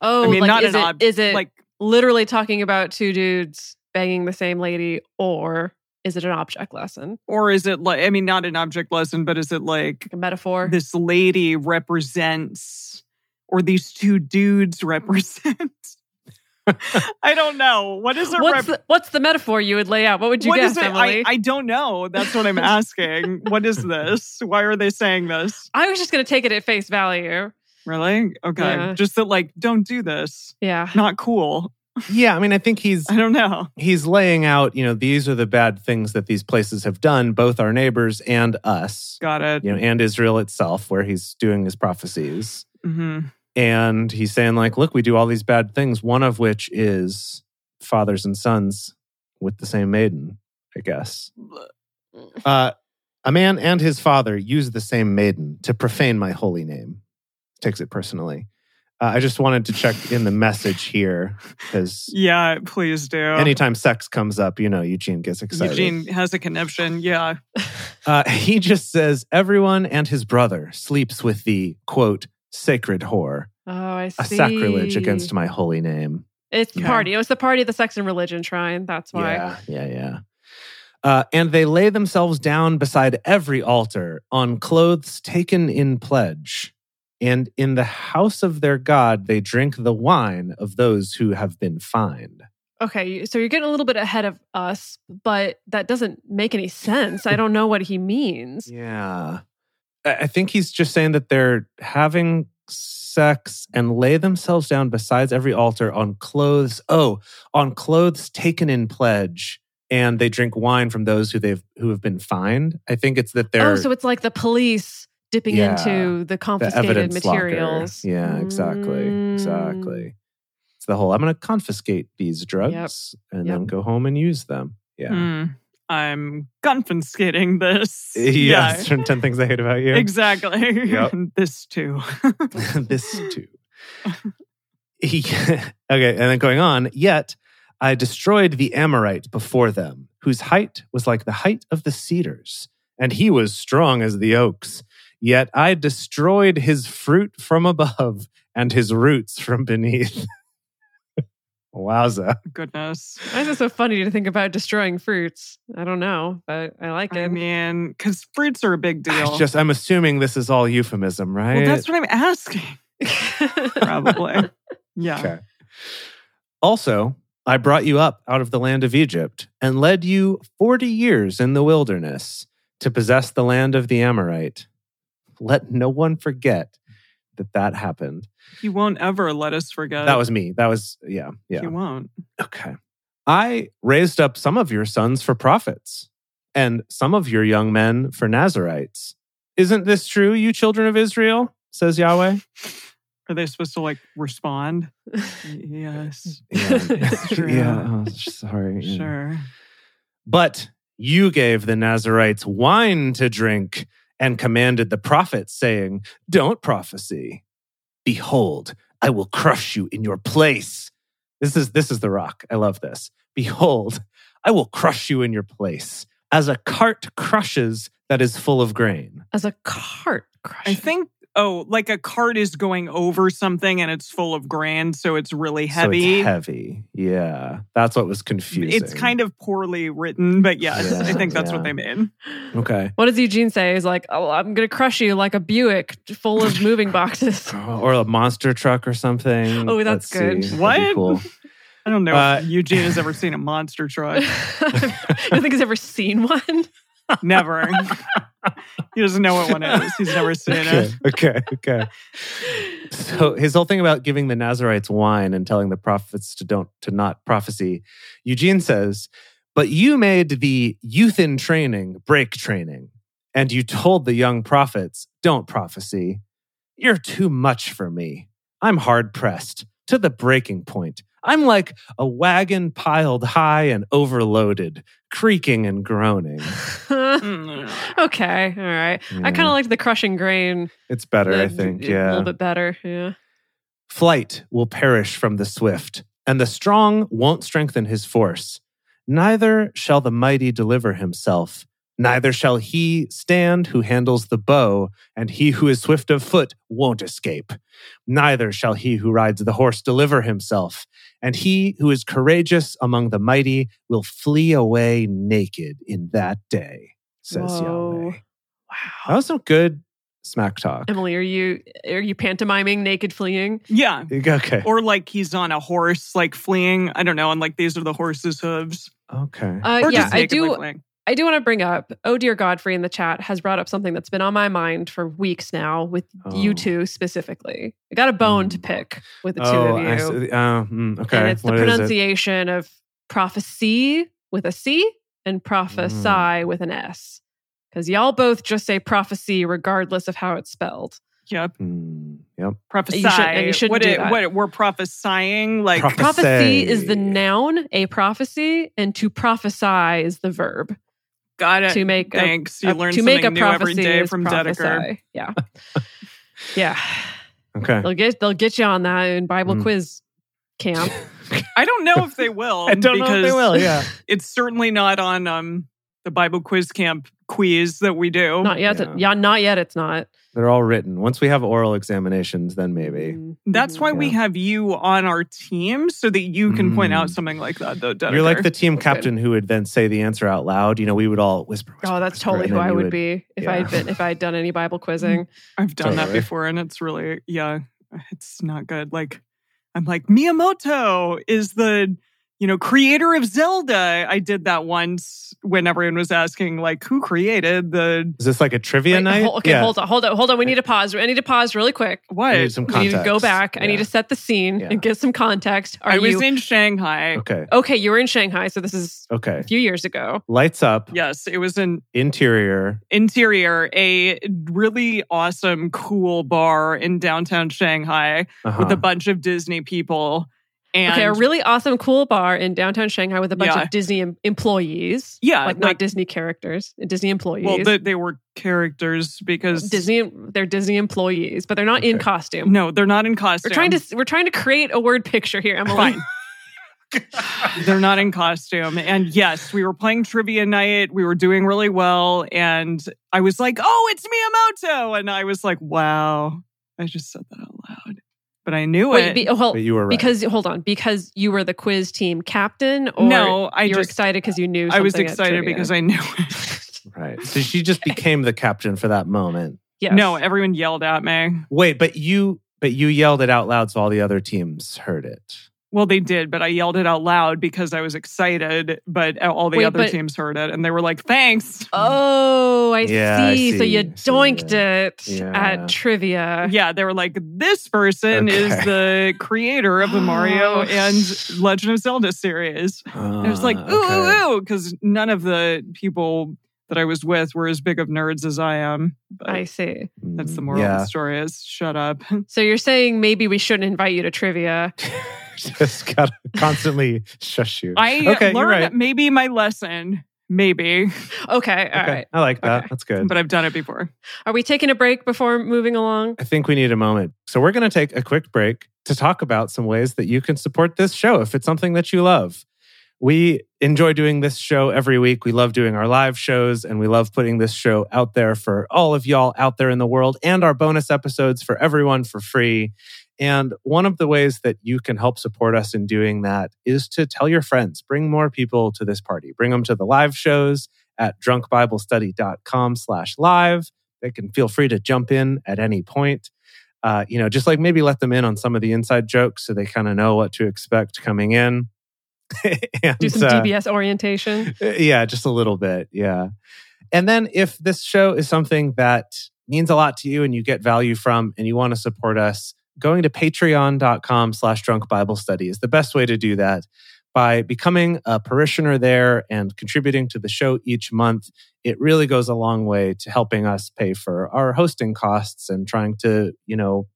Speaker 4: Oh,
Speaker 2: I mean,
Speaker 4: like,
Speaker 2: not
Speaker 4: is,
Speaker 2: an
Speaker 4: it,
Speaker 2: ob-
Speaker 4: is it
Speaker 2: Like,
Speaker 4: literally talking about two dudes banging the same lady, or is it an object lesson,
Speaker 2: or is it like? I mean, not an object lesson, but is it like
Speaker 4: a metaphor?
Speaker 2: this lady represents, or these two dudes represent? I don't know. What is it?
Speaker 4: What's the, what's the metaphor you would lay out? What would you
Speaker 2: What
Speaker 4: guess,
Speaker 2: is it? I,
Speaker 4: Emily? I,
Speaker 2: I don't know. That's what I'm asking. what is this? Why are they saying this?
Speaker 4: was just going to take it at face value.
Speaker 2: Really? Okay.
Speaker 4: Yeah.
Speaker 2: Just that, like, don't do this.
Speaker 4: Yeah.
Speaker 2: Not cool.
Speaker 3: Yeah, I mean, I think he's
Speaker 2: I don't know.
Speaker 3: he's laying out, you know, these are the bad things that these places have done, both our neighbors and us,
Speaker 2: Got it.
Speaker 3: you know, and Israel itself, where he's doing his prophecies.
Speaker 2: hmm
Speaker 3: And he's saying, like, look, we do all these bad things, one of which is fathers and sons with the same maiden, I guess. Uh, a man and his father use the same maiden to profane my holy name. Takes it personally. Uh, I just wanted to check in the message here because
Speaker 2: Yeah, please do.
Speaker 3: anytime sex comes up, you know, Eugene gets excited.
Speaker 2: Eugene has a connection. Yeah.
Speaker 3: Uh, he just says, everyone and his brother sleeps with the, quote, sacred whore,
Speaker 4: Oh, I see.
Speaker 3: a sacrilege against my holy name.
Speaker 4: It's the
Speaker 2: Yeah.
Speaker 4: party. It was the party of the sex and religion shrine. That's why.
Speaker 3: Yeah, yeah, yeah. Uh, and they lay themselves down beside every altar on clothes taken in pledge. And in the house of their God, they drink the wine of those who have been fined.
Speaker 4: Okay, you- so you're getting a little bit ahead of us, but that doesn't make any sense. I don't know what he means. Oh,
Speaker 3: Yeah. I I think he's just saying that they're having sex and lay themselves down besides every altar on clothes. Oh, on clothes taken in pledge. And they drink wine from those who they've who have been fined. I think it's that they're
Speaker 4: Oh, so it's like the police dipping
Speaker 3: Yeah,
Speaker 4: into the
Speaker 3: the
Speaker 4: confiscated
Speaker 3: evidence
Speaker 4: materials.
Speaker 3: locker. Yeah, exactly.
Speaker 4: Mm.
Speaker 3: Exactly. It's the whole I'm gonna confiscate these drugs and
Speaker 4: Yep. Mm.
Speaker 3: then go home and use them. Yeah.
Speaker 2: Hmm. I'm confiscating this.
Speaker 3: Yeah. Certain ten things I hate about you.
Speaker 2: Exactly.
Speaker 3: Yep.
Speaker 2: And this too.
Speaker 3: this too. okay, and then going on, yet I destroyed the Amorite before them, whose height was like the height of the cedars, and he was strong as the oaks. Yet I destroyed his fruit from above and his roots from beneath. Wowza.
Speaker 2: Goodness.
Speaker 4: Why is it so funny to think about destroying fruits? I don't know, but I like it.
Speaker 2: I mean, because fruits are a big deal.
Speaker 3: I just, I'm assuming this is all euphemism, right?
Speaker 2: well, that's what I'm asking, probably. yeah.
Speaker 3: Okay. Also, I brought you up out of the land of Egypt and led you 40 years in the wilderness to possess the land of the Amorite. Let no one forget that that happened.
Speaker 2: He won't ever let us forget.
Speaker 3: That was me. That was, yeah, yeah.
Speaker 2: He won't.
Speaker 3: Okay. I raised up some of your sons for prophets and some of your young men for Nazarites. Isn't this true, you children of Israel? says Yahweh.
Speaker 2: Are they supposed to like respond? yes.
Speaker 4: It's
Speaker 2: true.
Speaker 3: yeah. Oh, sorry. yeah.
Speaker 2: Sure.
Speaker 3: But you gave the Nazarites wine to drink and commanded the prophets, saying, Don't prophesy. Behold, I will crush you in your place. This is this is the rock. I love this. Behold, I will crush you in your place, as a cart crushes that is full of grain.
Speaker 4: As a cart crusher.
Speaker 2: I think oh, like a cart is going over something and it's full of grain, so it's really
Speaker 3: So
Speaker 2: heavy.
Speaker 3: it's heavy. Yeah. That's what was confusing.
Speaker 2: It's kind of poorly written, but yes,
Speaker 3: Yeah,
Speaker 2: I think that's what
Speaker 3: yeah.
Speaker 2: they mean.
Speaker 3: Okay.
Speaker 4: What does Eugene say? He's like, oh, I'm going to crush you like a Buick full of moving boxes.
Speaker 3: Or a monster truck or something.
Speaker 4: Oh, that's good.
Speaker 3: That'd be
Speaker 2: What?
Speaker 3: cool.
Speaker 2: I don't know
Speaker 3: Uh,
Speaker 2: if Eugene has ever seen a monster truck.
Speaker 4: I don't think he's ever seen one.
Speaker 2: never. he doesn't know what one is. He's never seen
Speaker 3: okay,
Speaker 2: it.
Speaker 3: okay, okay. So his whole thing about giving the Nazarites wine and telling the prophets to don't to not prophecy, Eugene says, but you made the youth in training break training, and you told the young prophets, don't prophecy. You're too much for me. I'm hard pressed to the breaking point. I'm like a wagon piled high and overloaded, creaking and groaning.
Speaker 4: okay.
Speaker 2: Mm.
Speaker 4: All right. I kind
Speaker 3: Yeah,
Speaker 4: of liked the crushing grain.
Speaker 3: Mm, it's better, I
Speaker 4: uh,
Speaker 3: think.
Speaker 4: A
Speaker 3: Yeah.
Speaker 4: little bit better. Yeah.
Speaker 3: Flight will perish from the swift, and the strong won't strengthen his force. Neither shall the mighty deliver himself. Neither shall he stand who handles the bow, and he who is swift of foot won't escape. Neither shall he who rides the horse deliver himself, and he who is courageous among the mighty will flee away naked in that day, says
Speaker 4: Whoa.
Speaker 3: Yahweh. That
Speaker 4: Wow.
Speaker 3: was some good smack talk.
Speaker 4: Emily, are you are you pantomiming naked fleeing?
Speaker 2: Yeah.
Speaker 3: Okay.
Speaker 2: Or like he's on a horse, like fleeing. I don't know. And like these are the horse's hooves.
Speaker 3: Okay.
Speaker 4: Uh,
Speaker 2: Or
Speaker 4: yeah,
Speaker 2: just
Speaker 4: I
Speaker 2: nakedly
Speaker 4: do.
Speaker 2: fleeing.
Speaker 4: I do want to bring up. Oh dear Godfrey in the chat has brought up something that's been on my mind for weeks now with
Speaker 3: Oh.
Speaker 4: you two specifically. I got a bone to
Speaker 3: Mm.
Speaker 4: pick with the two
Speaker 3: Oh,
Speaker 4: of you,
Speaker 3: I see. Oh, mm, okay.
Speaker 4: and it's the
Speaker 3: What is it?
Speaker 4: pronunciation of prophecy with a C and prophesy
Speaker 3: Hmm.
Speaker 4: with an S, because y'all both just say prophecy regardless of how it's spelled.
Speaker 2: Yep.
Speaker 3: Mm, yep.
Speaker 2: Prophesy.
Speaker 4: You shouldn't- and you shouldn't
Speaker 2: what,
Speaker 4: do
Speaker 2: it,
Speaker 4: that.
Speaker 2: what we're prophesying. Like,
Speaker 3: Prophe-
Speaker 4: Prophecy is the
Speaker 3: Prophecy.
Speaker 4: noun, a prophecy, and to prophesy is the verb.
Speaker 2: got it.
Speaker 4: to make a-
Speaker 2: Thanks. You
Speaker 4: Uh,
Speaker 2: learn
Speaker 4: to
Speaker 2: something
Speaker 4: make a
Speaker 2: new every
Speaker 4: prophecy
Speaker 2: day
Speaker 4: is
Speaker 2: from
Speaker 4: prophesy.
Speaker 2: Dedeker.
Speaker 4: Yeah, yeah.
Speaker 3: Okay.
Speaker 4: They'll get they'll get you on that in Bible
Speaker 3: Mm.
Speaker 4: quiz camp.
Speaker 2: I don't know if they will.
Speaker 3: I don't know if they
Speaker 2: because
Speaker 3: will. Yeah.
Speaker 2: It's certainly not on um, the Bible quiz camp quiz that we do.
Speaker 4: Not yet.
Speaker 3: Yeah.
Speaker 4: Yeah. not yet. It's not.
Speaker 3: They're all written. Once we have oral examinations, then maybe.
Speaker 4: Mm.
Speaker 2: That's why we
Speaker 3: Yeah.
Speaker 2: have you on our team so that you can point
Speaker 3: Mm.
Speaker 2: out something like that, though. Dedeker.
Speaker 3: You're like the team
Speaker 4: Mm, That's good.
Speaker 3: captain who would then say the answer out loud. You know, we would all whisper. whisper
Speaker 4: Oh, that's
Speaker 3: whisper,
Speaker 4: totally
Speaker 3: and
Speaker 4: who
Speaker 3: then
Speaker 4: I
Speaker 3: you
Speaker 4: would be if I had
Speaker 3: yeah.
Speaker 4: been if I had done any Bible quizzing.
Speaker 2: I've done
Speaker 3: Totally.
Speaker 2: that before and it's really yeah, it's not good. Like I'm like Miyamoto is the you know creator of Zelda. I did that once when everyone was asking like who created the
Speaker 3: Is this like a trivia
Speaker 4: Wait,
Speaker 3: night?
Speaker 4: hol- okay,
Speaker 3: yeah.
Speaker 4: hold on, hold on, hold on. We need to pause. I need to pause really quick.
Speaker 2: what?
Speaker 3: I need some
Speaker 4: We need
Speaker 3: context.
Speaker 4: to go back. I need
Speaker 3: Yeah.
Speaker 4: to set the scene
Speaker 3: Yeah.
Speaker 4: and get some context. Are
Speaker 2: I was
Speaker 4: you
Speaker 2: in Shanghai.
Speaker 3: Okay.
Speaker 4: okay? You were in Shanghai, so this is
Speaker 3: Okay.
Speaker 4: a few years ago.
Speaker 3: Lights up.
Speaker 2: Yes, it was an
Speaker 3: Interior.
Speaker 2: interior, a really awesome, cool bar in downtown Shanghai
Speaker 3: Uh-huh.
Speaker 2: with a bunch of Disney people. And
Speaker 4: okay, a really awesome, cool bar in downtown Shanghai with a bunch
Speaker 2: Yeah.
Speaker 4: of Disney em- employees.
Speaker 2: yeah,
Speaker 4: like, not Disney characters, Disney employees.
Speaker 2: well, they, they were characters because
Speaker 4: Disney, they're Disney employees, but they're not in
Speaker 3: Okay.
Speaker 4: costume.
Speaker 2: No, they're not in costume.
Speaker 4: We're trying to we're trying to create a word picture here, Emily.
Speaker 2: Fine. They're not in costume. And yes, we were playing trivia night. We were doing really well. And I was like, oh, it's Miyamoto. And I was like, wow. I just said that out loud. But I knew
Speaker 4: Wait,
Speaker 2: it.
Speaker 4: be, well,
Speaker 3: But you were right.
Speaker 4: because hold on, because you were the quiz team captain, or
Speaker 2: no, I
Speaker 4: you were
Speaker 2: just,
Speaker 4: excited because you knew.
Speaker 2: I was
Speaker 4: something at
Speaker 2: excited
Speaker 4: trivia?
Speaker 2: because I knew it.
Speaker 3: right. So she just became the captain for that moment.
Speaker 4: yes.
Speaker 2: No, everyone yelled at me.
Speaker 3: Wait, but you but you yelled it out loud so all the other teams heard it.
Speaker 2: Well, they did, but I yelled it out loud because I was excited, but all the
Speaker 4: Wait,
Speaker 2: other
Speaker 4: but-
Speaker 2: teams heard it and they were like, thanks.
Speaker 4: Oh, I,
Speaker 3: Yeah, I
Speaker 4: see. So you
Speaker 3: see. So,
Speaker 4: doinked it
Speaker 3: Yeah.
Speaker 4: at trivia.
Speaker 2: Yeah, they were like, this person is
Speaker 3: Okay.
Speaker 2: the creator of the Mario
Speaker 4: Oh.
Speaker 2: and Legend of Zelda series. And I was
Speaker 3: Ah,
Speaker 2: like, ooh, ooh, ooh, because none of the people that I was with were as big of nerds as I am. But
Speaker 4: I see.
Speaker 2: that's
Speaker 3: Mm,
Speaker 2: the moral of the story is shut up.
Speaker 4: So you're saying maybe we shouldn't invite you to trivia.
Speaker 3: Just gotta constantly shush you.
Speaker 2: I uh,
Speaker 3: okay, you're
Speaker 2: learned
Speaker 3: right.
Speaker 2: maybe my lesson, maybe,
Speaker 4: Okay, all right.
Speaker 3: Okay, I like that.
Speaker 4: Okay.
Speaker 3: That's good.
Speaker 2: but I've done it before.
Speaker 4: Are we taking a break before moving along?
Speaker 3: I think we need a moment. So we're going to take a quick break to talk about some ways that you can support this show if it's something that you love. We enjoy doing this show every week. We love doing our live shows and we love putting this show out there for all of y'all out there in the world and our bonus episodes for everyone for free. And one of the ways that you can help support us in doing that is to tell your friends, bring more people to this party, bring them to the live shows at drunkbiblestudy.com slash live they can feel free to jump in at any point. Uh, you know, just like maybe let them in on some of the inside jokes so they kind of know what to expect coming in. and,
Speaker 4: Do some
Speaker 3: uh,
Speaker 4: DBS orientation.
Speaker 3: yeah, just a little bit. Yeah. And then if this show is something that means a lot to you and you get value from and you want to support us, going to patreon.com slash drunk Bible study is the best way to do that. By becoming a parishioner there and contributing to the show each month, it really goes a long way to helping us pay for our hosting costs and trying to, you know,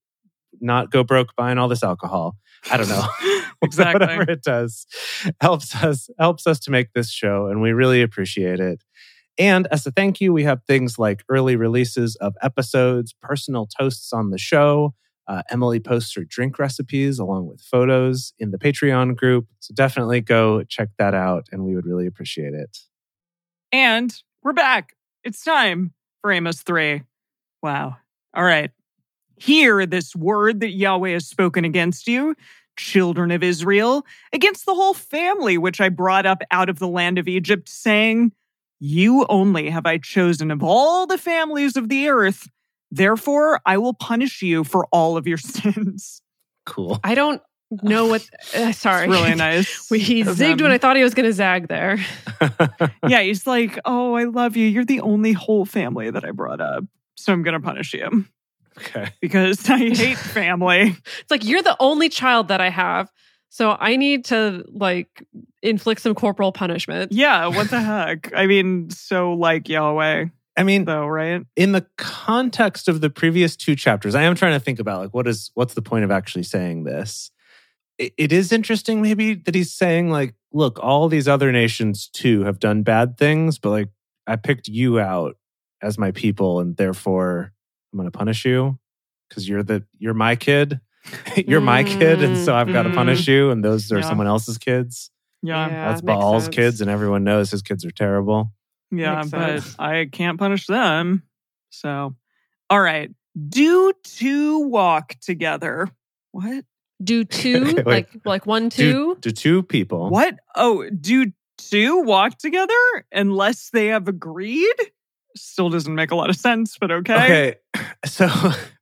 Speaker 3: not go broke buying all this alcohol. I don't know.
Speaker 2: exactly.
Speaker 3: whatever it does helps us helps us to make this show and we really appreciate it and as a thank you we have things like early releases of episodes personal toasts on the show uh, emily posts her drink recipes along with photos in the patreon group so definitely go check that out and we would really appreciate it
Speaker 2: And we're back. It's time for Amos 3. Wow. All right. Hear this word that Yahweh has spoken against you, children of Israel, against the whole family which I brought up out of the land of Egypt, saying, You only have I chosen of all the families of the earth. Therefore, I will punish you for all of your sins.
Speaker 3: cool
Speaker 4: I don't know what. Uh, sorry.
Speaker 2: It's really nice.
Speaker 4: We he
Speaker 2: of
Speaker 4: zigged
Speaker 2: them.
Speaker 4: when I thought he was going to zag there.
Speaker 2: yeah, he's like, Oh, I love you. You're the only whole family that I brought up. So I'm going to punish you.
Speaker 3: okay
Speaker 2: because I hate family.
Speaker 4: It's like you're the only child that I have, so I need to like inflict some corporal punishment.
Speaker 2: yeah, what the heck? I mean, so like Yahweh,
Speaker 3: i mean
Speaker 2: though, right?
Speaker 3: in the context of the previous two chapters i am trying to think about like what is what's the point of actually saying this it, it is interesting maybe that he's saying like look all these other nations too have done bad things but like i picked you out as my people and therefore i'm going to punish you because you're the you're my kid you're my kid and so i've got to
Speaker 2: Mm,
Speaker 3: punish you and those are
Speaker 2: yeah.
Speaker 3: someone else's kids
Speaker 2: Yeah,
Speaker 4: Mm-hmm. Yeah,
Speaker 3: that's
Speaker 4: makes
Speaker 3: baal's
Speaker 4: sense.
Speaker 3: kids and everyone knows his kids are terrible
Speaker 2: yeah,
Speaker 4: Makes
Speaker 2: but
Speaker 4: sense.
Speaker 2: I can't punish them. So, all right, do two walk together. What?
Speaker 4: Do two
Speaker 3: Okay,
Speaker 4: like
Speaker 3: wait.
Speaker 4: like one two.
Speaker 3: to two people
Speaker 2: What? Oh, do two walk together unless they have agreed? Still doesn't make a lot of sense, but okay.
Speaker 3: Okay. So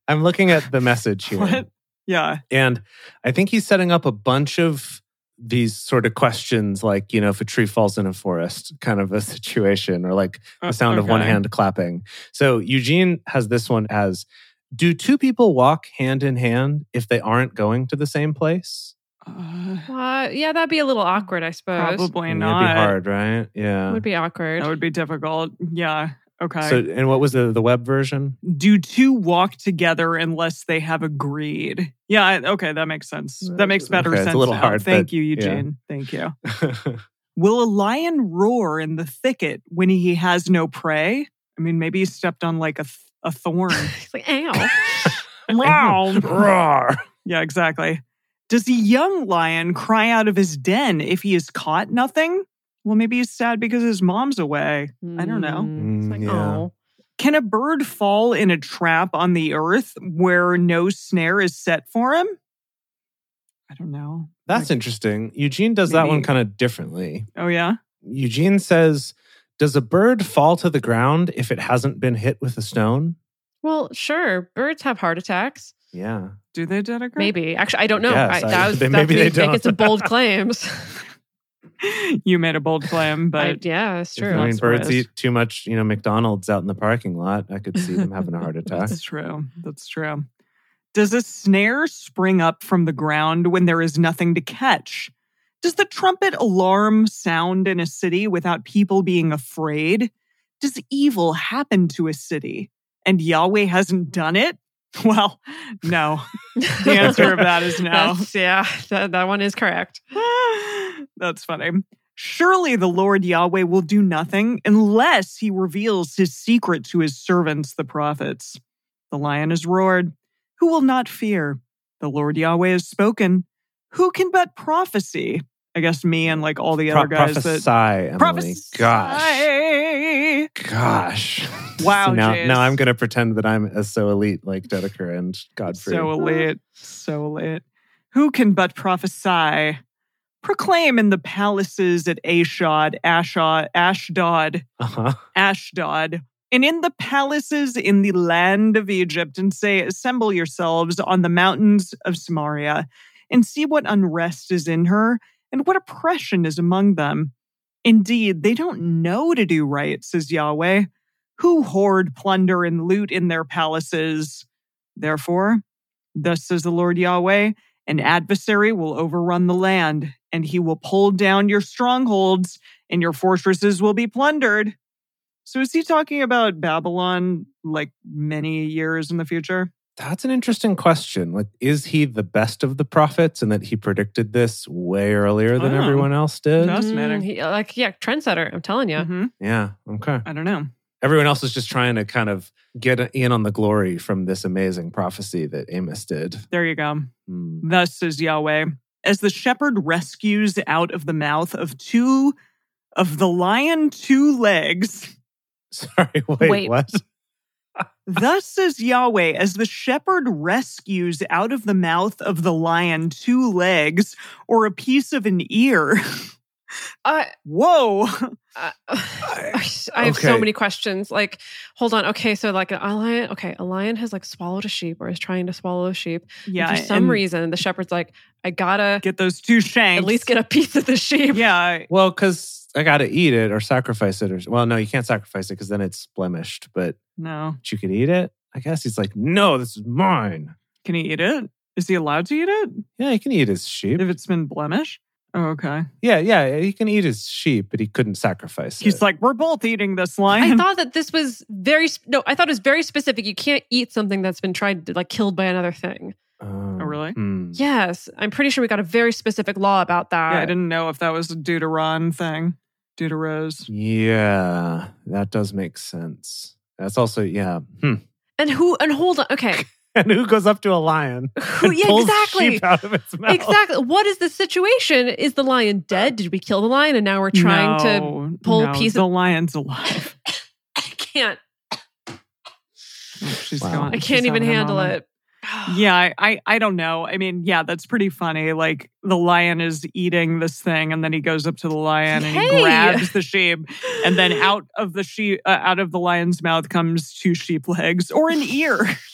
Speaker 3: I'm looking at the message here.
Speaker 2: What? Yeah.
Speaker 3: And I think he's setting up a bunch of these sort of questions, like, you know, if a tree falls in a forest kind of a situation, or like the sound of one
Speaker 2: uh, Okay.
Speaker 3: hand clapping. So Eugene has this one as Do two people walk hand in hand if they aren't going to the same place?
Speaker 2: Uh,
Speaker 4: Uh, yeah, that'd be a little awkward, I suppose.
Speaker 2: probably
Speaker 3: I mean,
Speaker 2: not.
Speaker 3: It'd be hard, right?
Speaker 4: It
Speaker 3: Yeah.
Speaker 4: would be awkward.
Speaker 2: That would be difficult. Yeah. Okay.
Speaker 3: So, and what was the, the web version?
Speaker 2: do two walk together unless they have agreed? Yeah, I- okay, that makes sense. That makes better
Speaker 3: Okay, it's a
Speaker 2: sense.
Speaker 3: little
Speaker 2: now.
Speaker 3: hard,
Speaker 2: Thank
Speaker 3: but
Speaker 2: you,
Speaker 3: yeah.
Speaker 2: Eugene. Thank you. Will a lion roar in the thicket when he has no prey? I mean, maybe he stepped on like a, th- a thorn.
Speaker 4: It's like ow.
Speaker 2: Wow.
Speaker 3: Roar.
Speaker 2: yeah, exactly. Does a young lion cry out of his den if he has caught nothing? Well, maybe he's sad because his mom's away. I don't know.
Speaker 4: Mm, It's
Speaker 3: Mm,
Speaker 4: like
Speaker 3: yeah.
Speaker 4: oh.
Speaker 2: Can a bird fall in a trap on the earth where no snare is set for him? I don't know.
Speaker 3: That's
Speaker 2: Like-
Speaker 3: interesting. Eugene does that one
Speaker 2: Maybe-
Speaker 3: kind of differently.
Speaker 2: Oh yeah.
Speaker 3: Eugene says, Does a bird fall to the ground if it hasn't been hit with a stone?
Speaker 4: Well, sure. Birds have heart attacks.
Speaker 3: Yeah.
Speaker 2: Do they dedicate?
Speaker 4: Maybe. Actually, I don't know.
Speaker 3: guess.
Speaker 4: I,
Speaker 3: I-
Speaker 4: that was,
Speaker 3: they-
Speaker 4: that's
Speaker 3: maybe
Speaker 4: me
Speaker 3: they
Speaker 4: making
Speaker 3: don't.
Speaker 4: some bold claims.
Speaker 2: you made a bold claim,
Speaker 4: I,
Speaker 2: but
Speaker 4: yeah, it's
Speaker 3: I
Speaker 4: true.
Speaker 3: mean,
Speaker 2: That's
Speaker 3: birds
Speaker 2: wise.
Speaker 3: eat too much, you know, McDonald's out in the parking lot. I could see them having a heart attack.
Speaker 2: that's true. That's true. Does a snare spring up from the ground when there is nothing to catch? Does the trumpet alarm sound in a city without people being afraid? Does evil happen to a city and Yahweh hasn't done it? Well, no. The answer of that is no.
Speaker 4: That's- yeah, that, that one is correct.
Speaker 2: That's funny. Surely the Lord Yahweh will do nothing unless he reveals his secret to his servants, the prophets. The lion has roared. Who will not fear? The Lord Yahweh has spoken. Who can but prophecy? I guess me and like all the
Speaker 3: Pro-
Speaker 2: other guys
Speaker 3: prophesy,
Speaker 2: that
Speaker 3: Emily. Gosh.
Speaker 2: Prophesy.
Speaker 3: Gosh.
Speaker 2: Wow,
Speaker 3: So now,
Speaker 2: Jace.
Speaker 3: now I'm going to pretend that I'm uh, so elite like Dedeker and Godfrey.
Speaker 2: So late, so late. Who can but prophesy? Proclaim in the palaces at Ashod, Ashod, Ashdod,
Speaker 3: uh-huh.
Speaker 2: Ashdod, and in the palaces in the land of Egypt, and say, Assemble yourselves on the mountains of Samaria, and see what unrest is in her, and what oppression is among them. Indeed, they don't know to do right, says Yahweh, who hoard plunder and loot in their palaces. Therefore, thus says the Lord Yahweh, an adversary will overrun the land, and he will pull down your strongholds, and your fortresses will be plundered. So is he talking about Babylon like many years in the future?
Speaker 3: That's an interesting question. Like, is he the best of the prophets and that he predicted this way earlier than
Speaker 2: Oh.
Speaker 3: everyone else did?
Speaker 2: No. Fascinating.
Speaker 4: Mm, he- like, yeah, trendsetter. I'm telling you.
Speaker 2: Mhm.
Speaker 3: Yeah. Okay.
Speaker 2: I don't know.
Speaker 3: Everyone else is just trying to kind of get in on the glory from this amazing prophecy that Amos did.
Speaker 2: There you go.
Speaker 3: Hmm.
Speaker 2: Thus says Yahweh, as the shepherd rescues out of the mouth of two of the lion two legs.
Speaker 3: Sorry. Wait,
Speaker 4: Wait.
Speaker 3: what?
Speaker 2: Thus says Yahweh, as the shepherd rescues out of the mouth of the lion two legs or a piece of an ear.
Speaker 4: Uh,
Speaker 2: Whoa.
Speaker 4: uh, I have so
Speaker 3: Okay.
Speaker 4: many questions. Like, hold on. Okay, so like a lion. Okay, a lion has like swallowed a sheep or is trying to swallow a sheep.
Speaker 2: Yeah.
Speaker 4: and for some
Speaker 2: and
Speaker 4: reason, the shepherd's like, I gotta
Speaker 2: Get those two shanks.
Speaker 4: at least get a piece of the sheep.
Speaker 2: Yeah.
Speaker 3: Well, because I got to eat it or sacrifice it. or Well, no, you can't sacrifice it because then it's blemished, but
Speaker 2: No.
Speaker 3: you could eat it. I guess he's like, no, this is mine.
Speaker 2: Can he eat it? Is he allowed to eat it
Speaker 3: Yeah, he can eat his sheep.
Speaker 2: if it's been blemish? Oh, okay.
Speaker 3: Yeah, yeah, he can eat his sheep, but he couldn't sacrifice it.
Speaker 2: He's like, we're both eating this lion.
Speaker 4: I thought that this was very sp- no. I thought it was very specific. You can't eat something that's been tried to, like killed by another thing.
Speaker 3: Um,
Speaker 2: "Oh, really?
Speaker 3: hmm.
Speaker 4: Yes, I'm pretty sure we got a very specific law about that.
Speaker 2: yeah, I didn't know if that was a Deuteron thing. Deuterose.
Speaker 3: Yeah, that does make sense. That's also yeah. Hmm.
Speaker 4: And who? And hold on. Okay.
Speaker 3: And who goes up to a lion?
Speaker 4: Who,
Speaker 3: and
Speaker 4: yeah,
Speaker 3: pulls
Speaker 4: exactly.
Speaker 3: Sheep out of its mouth.
Speaker 4: Exactly. What is the situation? Is the lion dead? Did we kill the lion? And now we're trying to.
Speaker 2: No,
Speaker 4: pull a
Speaker 2: no,
Speaker 4: piece
Speaker 2: The
Speaker 4: of-
Speaker 2: lion's alive.
Speaker 4: I can't.
Speaker 2: Oh, She's
Speaker 3: Wow.
Speaker 2: gone.
Speaker 4: I
Speaker 2: She's
Speaker 4: can't even
Speaker 2: having a
Speaker 4: handle
Speaker 2: moment.
Speaker 4: it.
Speaker 2: Yeah, I, I, I don't know. I mean, yeah, that's pretty funny. Like the lion is eating this thing, and then he goes up to the lion and he
Speaker 4: Hey!
Speaker 2: grabs the sheep, and then out of the sheep, uh, out of the lion's mouth comes two sheep legs or an ear.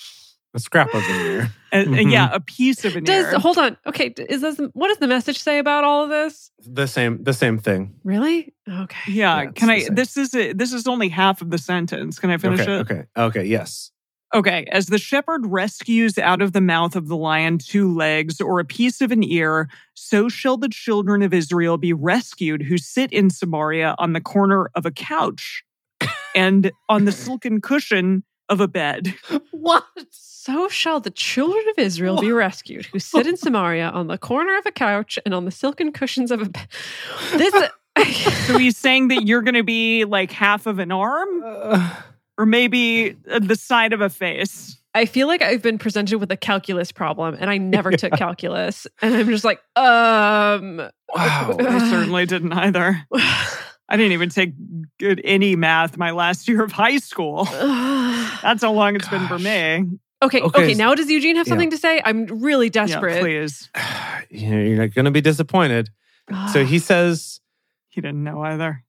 Speaker 3: A scrap of an ear.
Speaker 2: And- and yeah, a piece of an
Speaker 4: Does
Speaker 2: ear.
Speaker 4: hold on. Okay. d- Is this what does the message say about all of this?
Speaker 3: The same. The same thing.
Speaker 4: Really? Okay.
Speaker 2: yeah,
Speaker 3: Yeah, it's
Speaker 2: can
Speaker 3: the
Speaker 2: I?
Speaker 3: same.
Speaker 2: This is it. This is only half of the sentence. Can I finish
Speaker 3: okay.
Speaker 2: it?
Speaker 3: Okay. Okay. Yes.
Speaker 2: Okay, as the shepherd rescues out of the mouth of the lion two legs or a piece of an ear, so shall the children of Israel be rescued who sit in Samaria on the corner of a couch and on the silken cushion of a bed.
Speaker 4: What? So shall the children of Israel be rescued, who sit in Samaria on the corner of a couch and on the silken cushions of a bed. This.
Speaker 2: So he's saying that you're going to be like half of an arm
Speaker 3: Uh,
Speaker 2: or maybe uh, the side of a face.
Speaker 4: I feel like I've been presented with a calculus problem, and I never took calculus, and I'm just like, um,
Speaker 3: wow.
Speaker 2: I certainly didn't either. I didn't even take good any math my last year of high school. That's how long it's been for
Speaker 3: Gosh.
Speaker 2: me.
Speaker 4: okay, okay,
Speaker 3: Okay.
Speaker 4: Now, does Eugene have
Speaker 3: Yeah.
Speaker 4: something to say? I'm really
Speaker 2: Yeah,
Speaker 4: desperate.
Speaker 2: please.
Speaker 4: Ah.
Speaker 3: You're going to be disappointed. So he says,
Speaker 2: He didn't know either.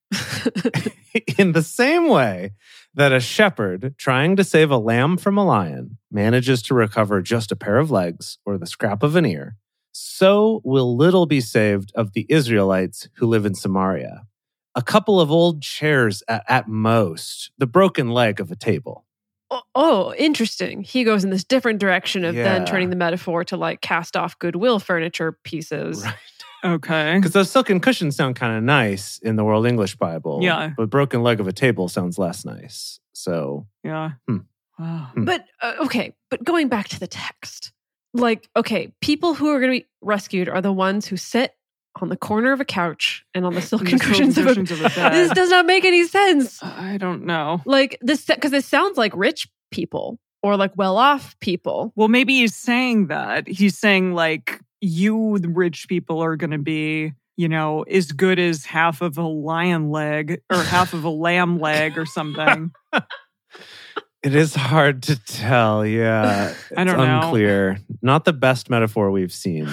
Speaker 3: In the same way that a shepherd trying to save a lamb from a lion manages to recover just a pair of legs or the scrap of an ear, so will little be saved of the Israelites who live in Samaria. A couple of old chairs at, at most, the broken leg of a table.
Speaker 4: Oh, oh, interesting. He goes in this different direction of
Speaker 3: Yeah.
Speaker 4: then turning the metaphor to like cast off goodwill furniture pieces.
Speaker 3: Right.
Speaker 2: Okay.
Speaker 3: Because those silken cushions sound kind of nice in the World English Bible.
Speaker 2: Yeah.
Speaker 3: But broken leg of a table sounds less nice. So,
Speaker 2: Yeah.
Speaker 3: Hmm.
Speaker 2: Wow.
Speaker 3: Hmm.
Speaker 4: But uh, okay, but going back to the text, like, okay, people who are going to be rescued are the ones who sit on the corner of a couch and on the silken
Speaker 2: Silken
Speaker 4: cushions of a.
Speaker 2: cushions of a
Speaker 4: This
Speaker 2: bed.
Speaker 4: does not make any sense.
Speaker 2: I don't know.
Speaker 4: Like this, because this sounds like rich people or like well-off people.
Speaker 2: Well, maybe he's saying that. He's saying, like, you the rich people are going to be, you know, as good as half of a lion leg or half of a lamb leg or something.
Speaker 3: It is hard to tell. Yeah.
Speaker 2: I don't
Speaker 3: it's
Speaker 2: know.
Speaker 3: unclear. Not the best metaphor we've seen.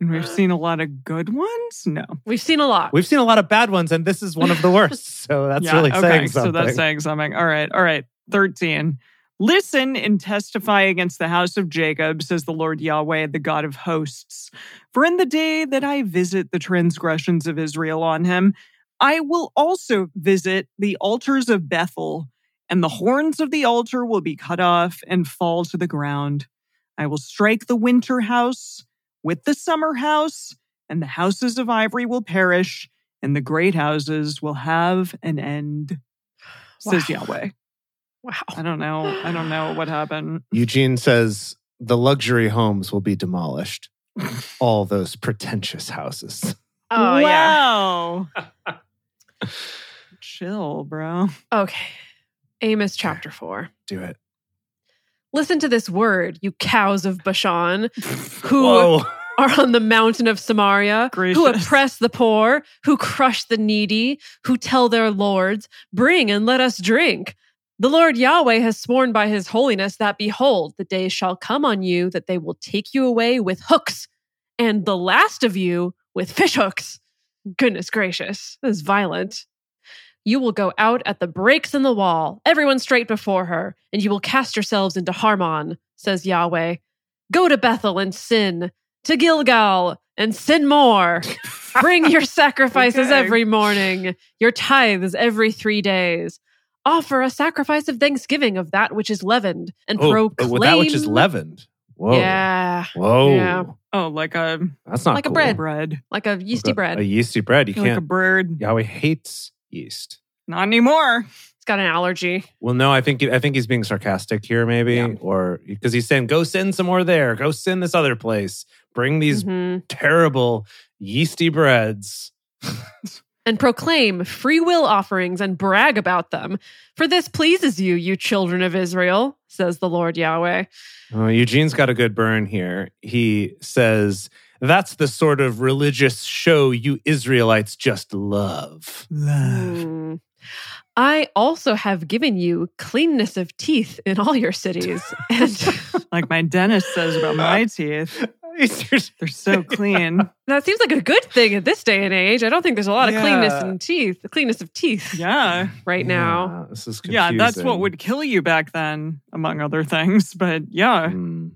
Speaker 2: and we've seen a lot of good ones. No.
Speaker 4: We've seen a lot.
Speaker 3: We've seen a lot of bad ones, and this is one of the worst. So that's
Speaker 2: Yeah,
Speaker 3: really
Speaker 2: okay,
Speaker 3: saying something.
Speaker 2: So that's saying something. All right. All right. 13. Listen and testify against the house of Jacob, says the Lord Yahweh, the God of hosts. For in the day that I visit the transgressions of Israel on him, I will also visit the altars of Bethel, and the horns of the altar will be cut off and fall to the ground. I will strike the winter house with the summer house, and the houses of ivory will perish, and the great houses will have an end, says
Speaker 4: Wow.
Speaker 2: Yahweh. I
Speaker 3: Uh,
Speaker 4: wow.
Speaker 2: don't know. I don't know what happened.
Speaker 3: Eugene says the luxury homes will be demolished. All those pretentious houses.
Speaker 4: Oh yeah.
Speaker 2: wow. Chill, bro.
Speaker 4: Okay. Amos chapter four.
Speaker 3: Do it.
Speaker 4: Listen to this word, you cows of Bashan, who
Speaker 3: Whoa.
Speaker 4: are on the mountain of Samaria, who
Speaker 2: Gracious.
Speaker 4: oppress the poor, who crush the needy, who tell their lords, Bring and let us drink. The Lord Yahweh has sworn by his holiness that, behold, the day shall come on you that they will take you away with hooks, and the last of you with fishhooks. Goodness gracious, this is violent. You will go out at the breaks in the wall, everyone straight before her, and you will cast yourselves into Harmon, says Yahweh. Go to Bethel and sin, to Gilgal and sin more. Bring your sacrifices
Speaker 2: Okay.
Speaker 4: every morning, your tithes every three days. Offer a sacrifice of thanksgiving of that which is leavened, and
Speaker 3: Oh,
Speaker 4: proclaim
Speaker 3: with that which is leavened. Whoa.
Speaker 4: Yeah,
Speaker 3: Whoa.
Speaker 4: Yeah.
Speaker 2: Oh, like a
Speaker 3: That's not
Speaker 4: Like a
Speaker 3: cool.
Speaker 4: bread.
Speaker 2: bread.
Speaker 4: like a yeasty
Speaker 3: a,
Speaker 4: bread.
Speaker 3: A yeasty bread. You
Speaker 2: like a
Speaker 3: can't.
Speaker 2: bird.
Speaker 3: Yahweh hates yeast.
Speaker 2: Not anymore.
Speaker 4: It's got an allergy.
Speaker 3: Well, no, I think I think he's being sarcastic here, maybe,
Speaker 2: Yeah.
Speaker 3: or because he's saying, "Go send some more there. Go send this other place. Bring these
Speaker 4: Mhm.
Speaker 2: Mm-hmm.
Speaker 3: terrible yeasty breads."
Speaker 4: And proclaim free will offerings and brag about them. For this pleases you, you children of Israel, says the Lord Yahweh.
Speaker 3: Oh, Eugene's got a good burn here. He says, "That's the sort of religious show you Israelites just love."
Speaker 4: Mm. I also have given you cleanness of teeth in all your cities. And
Speaker 2: Like my dentist says about my teeth. They're so clean.
Speaker 4: that seems like a good thing at this day and age. I don't think there's a lot of cleanness
Speaker 3: Yeah.
Speaker 4: in teeth, cleanness of teeth
Speaker 2: Yeah.
Speaker 4: right now.
Speaker 3: Yeah, this is
Speaker 2: Yeah, that's what
Speaker 3: confusing.
Speaker 2: would kill you back then, among other things. But yeah.
Speaker 3: Mm.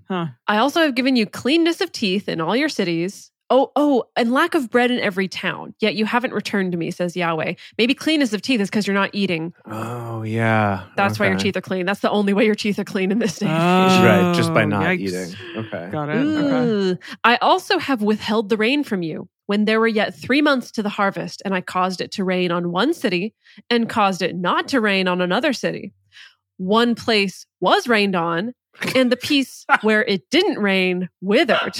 Speaker 4: I also have given you cleanness of teeth in all your cities. Oh, oh, and lack of bread in every town. Yet you haven't returned to me, says Yahweh. Maybe cleanness of teeth is because you're not eating.
Speaker 3: Oh yeah,
Speaker 4: That's why your
Speaker 3: Okay.
Speaker 4: teeth are clean. That's the only way your teeth are clean in this day. and age.
Speaker 2: Oh,
Speaker 3: right, just by not
Speaker 2: yikes.
Speaker 3: eating. Ah. Okay.
Speaker 2: Got it. Okay.
Speaker 4: Ooh. I also have withheld the rain from you when there were yet three months to the harvest, and I caused it to rain on one city and caused it not to rain on another city. One place was rained on, and the piece where it didn't rain withered.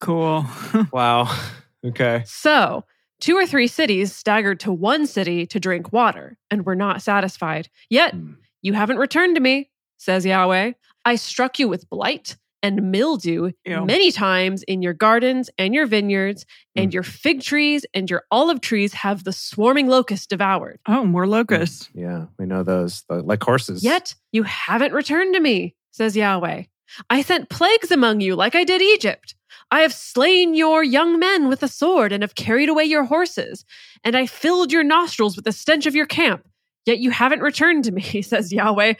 Speaker 2: Cool.
Speaker 3: Wow. Okay.
Speaker 4: So, two or three cities staggered to one city to drink water and were not satisfied. Yet,
Speaker 3: Hmm.
Speaker 4: you haven't returned to me, says Yahweh. I struck you with blight and mildew
Speaker 2: Ew.
Speaker 4: many times in your gardens and your vineyards, and
Speaker 3: Hmm.
Speaker 4: your fig trees and your olive trees have the swarming locust devoured.
Speaker 2: Oh, more locusts.
Speaker 3: Yeah, we know those, like horses.
Speaker 4: Yet, you haven't returned to me, says Yahweh. I sent plagues among you like I did Egypt. I have slain your young men with the sword and have carried away your horses, and I filled your nostrils with the stench of your camp. Yet you haven't returned to me, says Yahweh.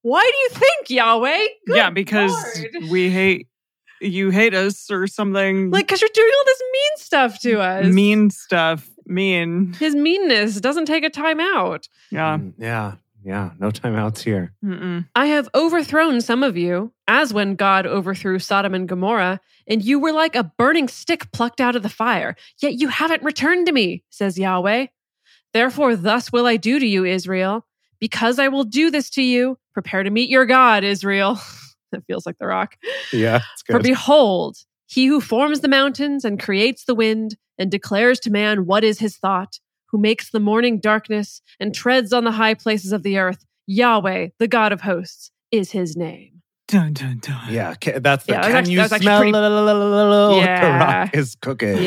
Speaker 4: Why do you think, Yahweh? Good
Speaker 2: yeah, because
Speaker 4: Lord.
Speaker 2: we hate you hate us or something
Speaker 4: like because you're doing all this mean stuff to us.
Speaker 2: mean stuff. Mean.
Speaker 4: His meanness doesn't take a time out.
Speaker 2: Yeah.
Speaker 3: Mm, yeah. Yeah. No timeouts here.
Speaker 2: Mm-mm.
Speaker 4: I have overthrown some of you, as when God overthrew Sodom and Gomorrah, and you were like a burning stick plucked out of the fire, yet you haven't returned to me, says Yahweh. Therefore, thus will I do to you, Israel. Because I will do this to you, prepare to meet your God, Israel. that feels like the rock.
Speaker 3: Yeah. It's
Speaker 4: For
Speaker 3: good.
Speaker 4: behold, he who forms the mountains and creates the wind and declares to man what is his thought, who makes the morning darkness and treads on the high places of the earth, Yahweh, the God of hosts, is his name.
Speaker 2: Dun, dun, dun.
Speaker 3: yeah. ca- That's the
Speaker 4: Yeah, that was
Speaker 3: can
Speaker 4: actually-
Speaker 3: you
Speaker 4: that was actually
Speaker 3: smell
Speaker 4: pretty-
Speaker 3: la, la, la, la, la, la, what the
Speaker 4: Yeah.
Speaker 3: rock is cooking?
Speaker 4: Yeah,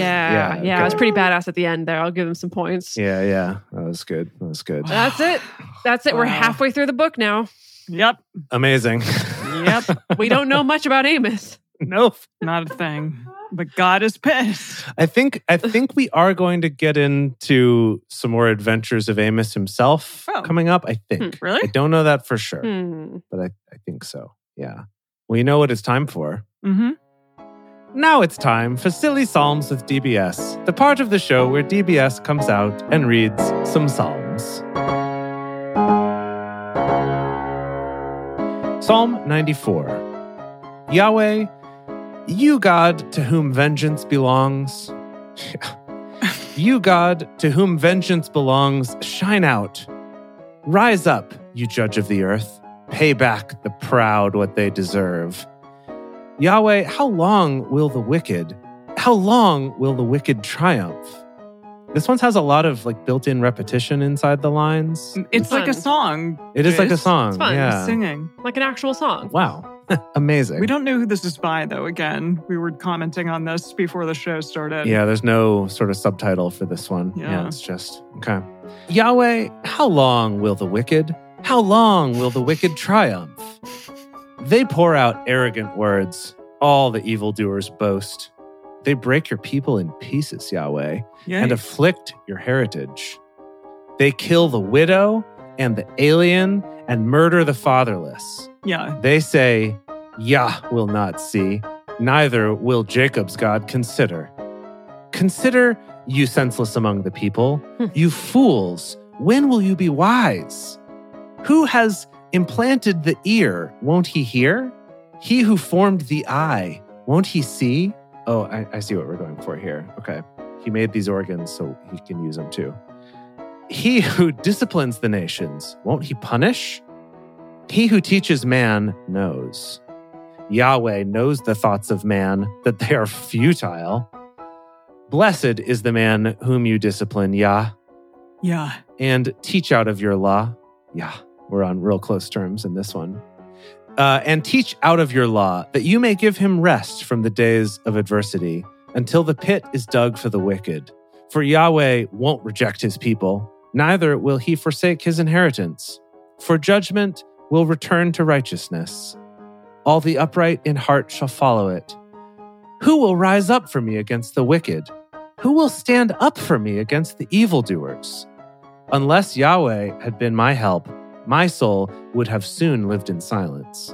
Speaker 4: yeah,
Speaker 3: good.
Speaker 4: it was pretty badass at the end there. I'll give him some points.
Speaker 3: Yeah, yeah. That was good. That was good.
Speaker 4: That's it. That's it. We're
Speaker 2: Wow.
Speaker 4: halfway through the book now.
Speaker 2: Yep.
Speaker 3: Amazing.
Speaker 2: Yep.
Speaker 4: We don't know much about Amos.
Speaker 3: no.
Speaker 2: Not a thing. But God is pissed.
Speaker 3: I think I think we are going to get into some more adventures of Amos himself
Speaker 2: Oh.
Speaker 3: coming up, I think. I
Speaker 2: Really?
Speaker 3: don't know that for sure,
Speaker 4: Hmm.
Speaker 3: but I, I think so. Yeah. Well, you know what it's time for.
Speaker 2: Mm-hmm.
Speaker 3: Now it's time for Silly Psalms with DBS, the part of the show where DBS comes out and reads some psalms. Psalm 94 Yahweh, you God to whom vengeance belongs. you God to whom vengeance belongs, shine out. Rise up, you judge of the earth. Pay back the proud what they deserve. Yahweh, how long will the wicked, how long will the wicked triumph? This one has a lot of like built-in repetition inside the lines.
Speaker 2: It's like a
Speaker 4: Fun.
Speaker 2: song.
Speaker 3: Mm, It is like a
Speaker 2: Just
Speaker 3: song.
Speaker 4: fun.
Speaker 3: Yeah.
Speaker 2: Singing.
Speaker 4: Like an actual song.
Speaker 3: Wow. Amazing.
Speaker 2: We don't know who this is by, though. Again, we were commenting on this before the show started.
Speaker 3: Yeah, there's no sort of subtitle for this one. Yeah.
Speaker 2: Yeah.
Speaker 3: it's just okay. Yahweh, how long will the wicked? How long will the wicked triumph? They pour out arrogant words. All the evildoers boast. They break your people in pieces, Yahweh,
Speaker 2: Yikes.
Speaker 3: and afflict your heritage. They kill the widow and the alien and murder the fatherless.
Speaker 2: yeah.
Speaker 3: They say, Yah will not see, neither will Jacob's God consider. Consider, you senseless among the people,
Speaker 4: Hmm.
Speaker 3: you fools, when will you be wise? Who has implanted the ear, won't he hear? He who formed the eye, won't he see? Oh, I, I see what we're going for here. Okay. He made these organs so he can use them too. He who disciplines the nations, won't he punish? He who teaches man knows. Yahweh knows the thoughts of man, that they are futile. Blessed is the man whom you discipline, Yah,
Speaker 2: Yeah.
Speaker 3: and teach out of your law. Yah, we're on real close terms in this one. Uh, and teach out of your law, that you may give him rest from the days of adversity, until the pit is dug for the wicked. For Yahweh won't reject his people, neither will he forsake his inheritance. For judgment will return to righteousness. All the upright in heart shall follow it. Who will rise up for me against the wicked? Who will stand up for me against the evildoers? Unless Yahweh had been my help, my soul would have soon lived in silence.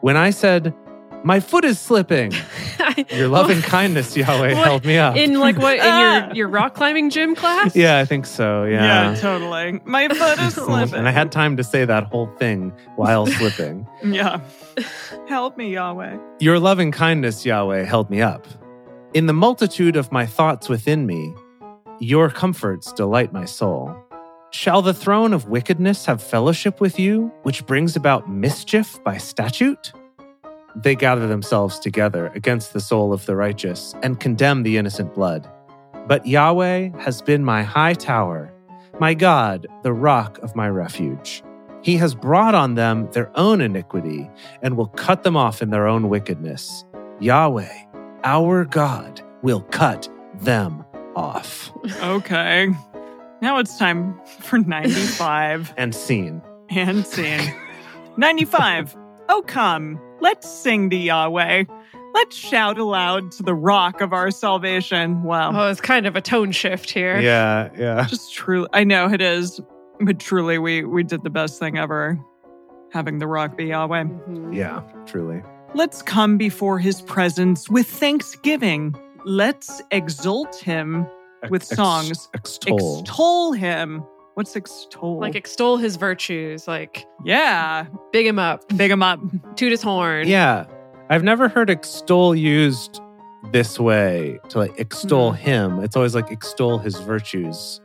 Speaker 3: When I said, My foot is slipping, your loving kindness, Yahweh,
Speaker 4: What?
Speaker 3: held me up.
Speaker 4: In like what in
Speaker 2: Ah.
Speaker 4: your, your rock climbing gym class?
Speaker 3: Yeah, I think so. Yeah.
Speaker 2: totally. My foot is slipping.
Speaker 3: and I had time to say that whole thing while slipping.
Speaker 2: Yeah. Help me, Yahweh.
Speaker 3: Your loving kindness, Yahweh, held me up. In the multitude of my thoughts within me, your comforts delight my soul. Shall the throne of wickedness have fellowship with you, which brings about mischief by statute? They gather themselves together against the soul of the righteous and condemn the innocent blood. But Yahweh has been my high tower, my God, the rock of my refuge. He has brought on them their own iniquity and will cut them off in their own wickedness. Yahweh, our God, will cut them off.
Speaker 2: Okay. Now it's time for 95
Speaker 3: And scene.
Speaker 2: and scene. 95. Oh, come, Let's sing to Yahweh. Let's shout aloud to the rock of our salvation. Wow.
Speaker 4: Oh, it's kind of a tone shift here.
Speaker 3: Yeah, yeah.
Speaker 2: Just truly, I know it is, but truly, we, we did the best thing ever having the rock be Yahweh.
Speaker 4: Mhm.
Speaker 3: Yeah, truly.
Speaker 2: Let's come before his presence with thanksgiving. Let's exalt him with
Speaker 3: Ex-
Speaker 2: songs.
Speaker 3: Extol.
Speaker 2: Extol him. What's extol?
Speaker 4: Like extol his virtues, like
Speaker 2: yeah,
Speaker 4: big him up,
Speaker 2: big him up.
Speaker 4: toot his horn.
Speaker 3: Yeah. I've never heard extol used this way to like
Speaker 2: Hmm.
Speaker 3: extol him. It's always like extol his virtues.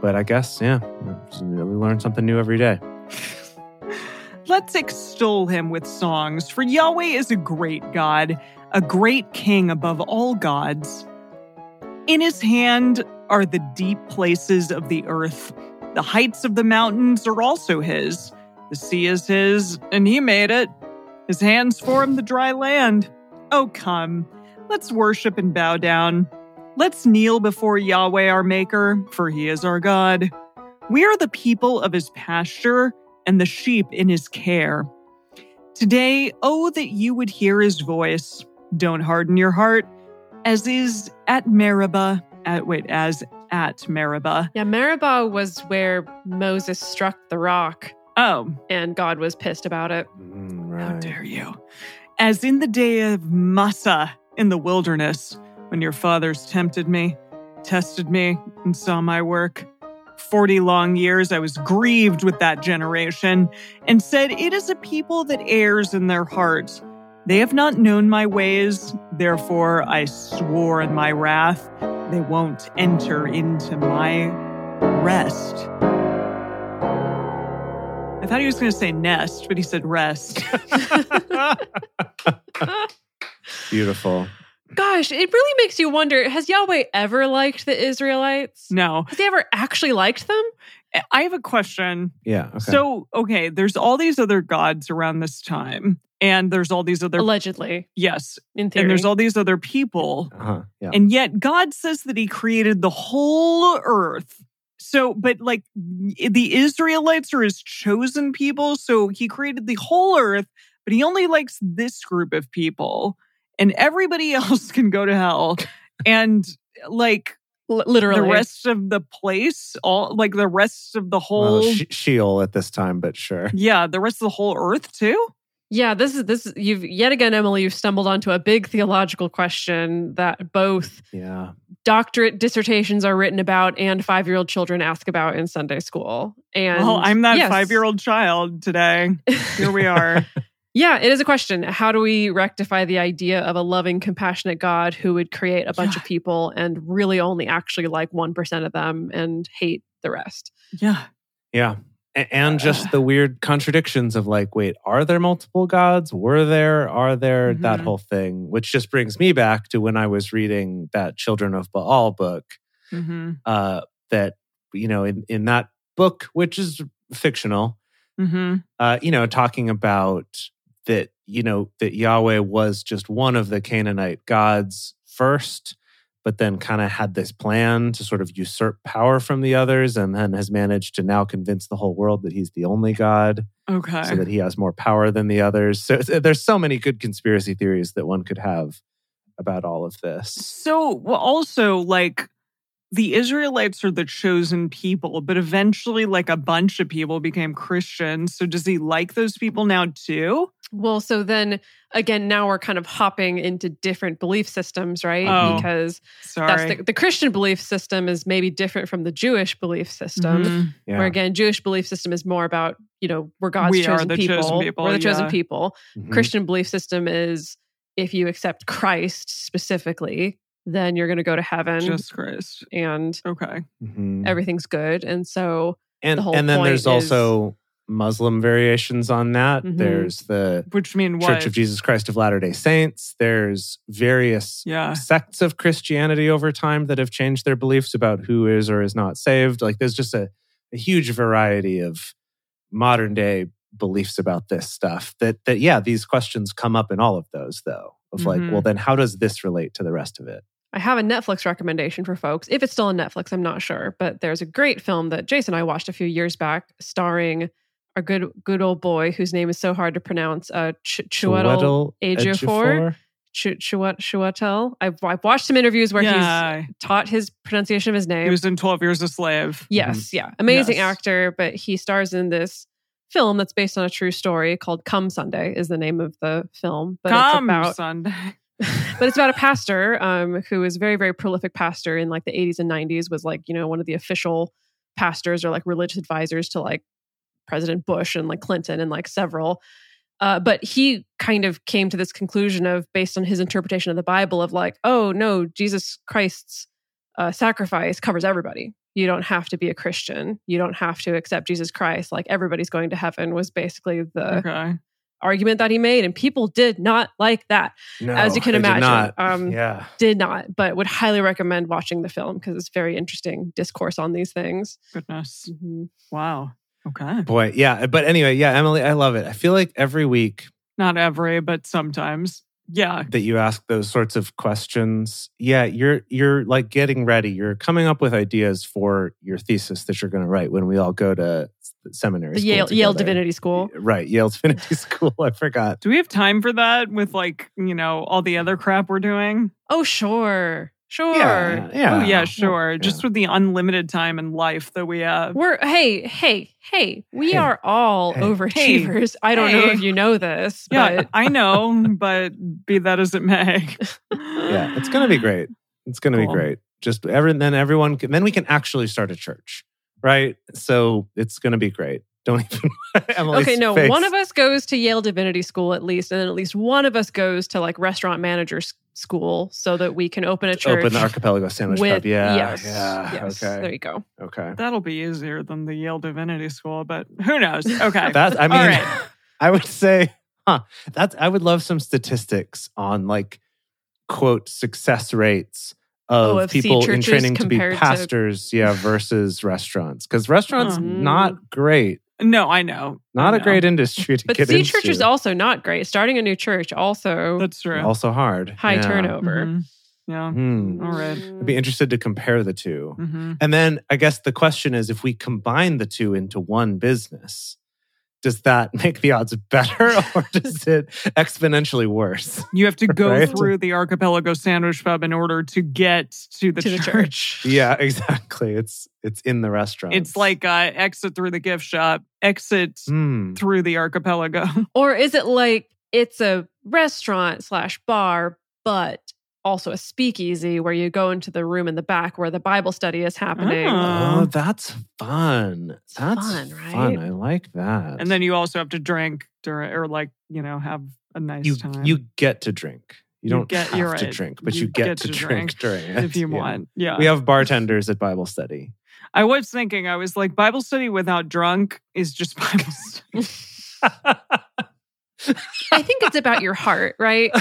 Speaker 3: But I guess, yeah, we learn something new every day.
Speaker 2: Let's extol him with songs, for Yahweh is a great God, a great king above all gods. In his hand are the deep places of the earth. The heights of the mountains are also his. The sea is his, and he made it. His hands formed the dry land. Oh, come, let's worship and bow down. Let's kneel before Yahweh our Maker, for he is our God. We are the people of his pasture and the sheep in his care. Today, oh, that you would hear his voice. Don't harden your heart, as is at Meribah. At, wait, as at Meribah.
Speaker 4: Yeah, Meribah was where Moses struck the rock
Speaker 2: Oh,
Speaker 4: and God was pissed about it.
Speaker 3: Mm,
Speaker 2: how dare you. As in the day of Massa in the wilderness, when your fathers tempted me, tested me, and saw my work. Forty long years I was grieved with that generation, and said, It is a people that errs in their hearts. They have not known my ways, therefore I swore in my wrath, they won't enter into my rest. I thought he was going to say nest, but he said rest.
Speaker 3: Beautiful.
Speaker 4: Gosh, it really makes you wonder has Yahweh ever liked the Israelites?
Speaker 2: no. eh,
Speaker 4: Has he ever actually liked them?
Speaker 2: I have a question.
Speaker 3: Yeah. Okay.
Speaker 2: So, okay, there's all these other gods around this time, and there's all these other
Speaker 4: Allegedly,
Speaker 2: yes,
Speaker 4: in theory.
Speaker 2: and there's all these other people,
Speaker 3: uh-huh. Yeah.
Speaker 2: and yet God says that He created the whole earth. So, but like the Israelites are His chosen people, so He created the whole earth, but He only likes this group of people, and everybody else can go to hell, and like
Speaker 4: L- literally.
Speaker 2: the rest of the place, all like the rest of the whole.
Speaker 3: Well, Sh- Sheol at this time, but sure.
Speaker 2: Yeah, the rest of the whole earth too?
Speaker 4: Yeah, this is this. is- You've yet again, Emily, you've stumbled onto a big theological question that both
Speaker 3: Yeah.
Speaker 4: doctorate dissertations are written about and five-year-old children ask about in Sunday school. And
Speaker 2: well, I'm that
Speaker 4: yes.
Speaker 2: five-year-old child today. Here we are.
Speaker 4: Yeah, it is a question. How do we rectify the idea of a loving, compassionate God who would create a bunch
Speaker 2: Yeah.
Speaker 4: of people and really only actually like 1% of them and hate the rest?
Speaker 2: yeah.
Speaker 3: Yeah. A- and just the weird contradictions of like, wait, are there multiple gods? Were there? Are there? That
Speaker 2: Mhm.
Speaker 3: whole thing, which just brings me back to when I was reading that Children of Baal book.
Speaker 2: Mm-hmm.
Speaker 3: Uh, that you know, in in that book, which is fictional,
Speaker 2: Mm-hmm.
Speaker 3: uh, you know, talking about that, you know, that Yahweh was just one of the Canaanite gods first, but then kind of had this plan to sort of usurp power from the others and then has managed to now convince the whole world that he's the only god
Speaker 2: Okay.
Speaker 3: so that he has more power than the others. So so there's so many good conspiracy theories that one could have about all of this.
Speaker 2: so well, also like the Israelites are the chosen people, but eventually like a bunch of people became Christians. So does he like those people now too?
Speaker 4: Well, so then again, now we're kind of hopping into different belief systems, right?
Speaker 2: Oh,
Speaker 4: because
Speaker 2: Sorry.
Speaker 4: that's the, the Christian belief system is maybe different from the Jewish belief system.
Speaker 2: Mhm.
Speaker 3: Yeah.
Speaker 4: Where again, Jewish belief system is more about, you know, we're God's
Speaker 2: We are
Speaker 4: chosen,
Speaker 2: the
Speaker 4: people.
Speaker 2: chosen people,
Speaker 4: We're the chosen
Speaker 2: yeah.
Speaker 4: people.
Speaker 2: Mm-hmm.
Speaker 3: Mhm.
Speaker 4: Christian belief system is if you accept Christ specifically, then you're going to go to heaven
Speaker 2: Just Mm-hmm. Christ.
Speaker 4: and
Speaker 2: Okay.
Speaker 3: Mhm.
Speaker 4: everything's good. And so,
Speaker 3: and,
Speaker 4: the whole
Speaker 3: and then
Speaker 4: point
Speaker 3: there's
Speaker 4: is-
Speaker 3: also Muslim variations on that.
Speaker 4: Mhm.
Speaker 3: There's the
Speaker 2: Which mean what?
Speaker 3: Church of Jesus Christ of Latter day Saints. There's various
Speaker 2: yeah.
Speaker 3: sects of Christianity over time that have changed their beliefs about who is or is not saved. Like there's just a, a huge variety of modern day beliefs about this stuff that that yeah these questions come up in all of those though of like
Speaker 4: Mm-hmm.
Speaker 2: Mhm.
Speaker 3: well then how does this relate to the rest of it
Speaker 4: I have a Netflix recommendation for folks. If it's still on Netflix, I'm not sure, but there's a great film that Jason and I watched a few years back starring our good good old boy whose name is so hard to pronounce, uh, Ch- Chuetel Ejiofor? Ch- Chuet- Chuetel. I've, I've watched some interviews where
Speaker 2: yeah,
Speaker 4: he's taught his pronunciation of his name.
Speaker 2: he was in Twelve Years a Slave.
Speaker 4: Yes, yeah. Mm-hmm. Amazing
Speaker 2: Yes.
Speaker 4: actor, but he stars in this film that's based on a true story called Come Sunday is the name of the film, but
Speaker 2: Come
Speaker 4: it's about
Speaker 2: Sunday.
Speaker 4: but it's about a pastor um who is a very very prolific pastor in like the 80s and 90s was like, you know, one of the official pastors or like religious advisors to like President Bush and like Clinton and like several uh, but he kind of came to this conclusion of based on his interpretation of the Bible of like, oh no, Jesus Christ's uh, sacrifice covers everybody. You don't have to be a Christian. You don't have to accept Jesus Christ. Like everybody's going to heaven was basically the
Speaker 2: Okay.
Speaker 4: argument that he made, and people did not like that.
Speaker 3: No,
Speaker 4: As you can
Speaker 3: they did
Speaker 4: imagine,
Speaker 3: not.
Speaker 4: um,
Speaker 3: yeah.
Speaker 4: Did not, but would highly recommend watching the film because it's very interesting discourse on these things.
Speaker 2: Goodness.
Speaker 3: Mm-hmm.
Speaker 4: Mhm.
Speaker 2: Wow. Okay.
Speaker 3: Boy, yeah. But anyway, yeah, Emily, I love it. I feel like every week
Speaker 2: Not every, but sometimes. Yeah.
Speaker 3: that you ask those sorts of questions, yeah, you're you're like getting ready. You're coming up with ideas for your thesis that you're going to write when we all go to seminary.
Speaker 4: The
Speaker 3: school
Speaker 4: Yale Yale
Speaker 3: together.
Speaker 4: Divinity School.
Speaker 3: Right, Yale Divinity School. I forgot.
Speaker 2: Do we have time for that with like, you know, all the other crap we're doing?
Speaker 4: Oh sure, sure.
Speaker 3: Yeah, yeah.
Speaker 2: Oh, yeah, sure.
Speaker 3: Yeah.
Speaker 2: Just with the unlimited time in life that we have.
Speaker 4: We're hey, hey, hey, we
Speaker 3: Hey.
Speaker 4: are all
Speaker 3: Hey.
Speaker 4: overachievers. I don't know
Speaker 2: Hey.
Speaker 4: if you know this,
Speaker 2: Yeah,
Speaker 4: but
Speaker 2: I know, but be that as it may.
Speaker 3: Yeah, it's going to be great. It's going to
Speaker 2: Cool.
Speaker 3: be great. Just every then everyone can, then we can actually start a church, right? So it's going to be great. Don't even Emily's
Speaker 4: okay, no,
Speaker 3: face.
Speaker 4: one of us goes to Yale Divinity School at least, and then at least one of us goes to like restaurant manager s- school so that we can open a church.
Speaker 3: open the archipelago sandwich
Speaker 4: with
Speaker 3: pub. Yeah,
Speaker 4: yes,
Speaker 3: yeah.
Speaker 4: yes.
Speaker 3: Okay,
Speaker 4: There you go.
Speaker 3: okay.
Speaker 2: That'll be easier than the Yale Divinity School, but who knows? Okay.
Speaker 3: That I mean,
Speaker 2: All right.
Speaker 3: I would say, huh? That's I would love some statistics on like quote success rates of
Speaker 4: Oh, of C
Speaker 3: people in
Speaker 4: churches
Speaker 3: training to be
Speaker 4: compared to-
Speaker 3: pastors, yeah, versus restaurants because restaurants
Speaker 2: Oh.
Speaker 3: not great,
Speaker 2: No, I know.
Speaker 3: not
Speaker 2: I
Speaker 3: a
Speaker 2: know.
Speaker 3: great industry to
Speaker 4: But
Speaker 3: get
Speaker 4: C
Speaker 3: into.
Speaker 4: church is also not great. Starting a new church also
Speaker 2: That's true.
Speaker 3: also hard,
Speaker 4: high
Speaker 3: Yeah.
Speaker 4: turnover.
Speaker 2: Mhm. Yeah.
Speaker 3: Hmm.
Speaker 2: All right.
Speaker 3: I'd be interested to compare the 2
Speaker 4: Mm-hmm.
Speaker 2: hmm
Speaker 3: And then I guess the question is if we combine the two into one business, does that make the odds better or does it exponentially worse?
Speaker 2: You have to go
Speaker 3: Right?
Speaker 2: through the archipelago sandwich pub in order to get to the
Speaker 4: To the
Speaker 2: church.
Speaker 4: church.
Speaker 3: Yeah, exactly. It's it's in the restaurant.
Speaker 2: It's like uh, exit through the gift shop, exit
Speaker 3: Hmm.
Speaker 2: through the archipelago.
Speaker 4: Or is it like it's a restaurant slash bar, but also a speakeasy where you go into the room in the back where the Bible study is happening?
Speaker 2: Oh.
Speaker 3: Oh, that's fun.
Speaker 4: It's
Speaker 3: That's
Speaker 4: fun,
Speaker 3: fun,
Speaker 4: right?
Speaker 3: I like that.
Speaker 2: and then you also have to drink during, or like, you know, have a nice
Speaker 3: you
Speaker 2: time.
Speaker 3: you get to drink. You
Speaker 2: You
Speaker 3: don't
Speaker 2: get-
Speaker 3: have
Speaker 2: you're
Speaker 3: to
Speaker 2: right.
Speaker 3: drink, but
Speaker 2: You
Speaker 3: you, get, to, drink, during it
Speaker 2: if you
Speaker 3: Yeah.
Speaker 2: want. Yeah.
Speaker 3: We have bartenders at Bible study.
Speaker 2: I was thinking, I was like, Bible study without drunk is just Bible study.
Speaker 4: I think it's about your heart, right?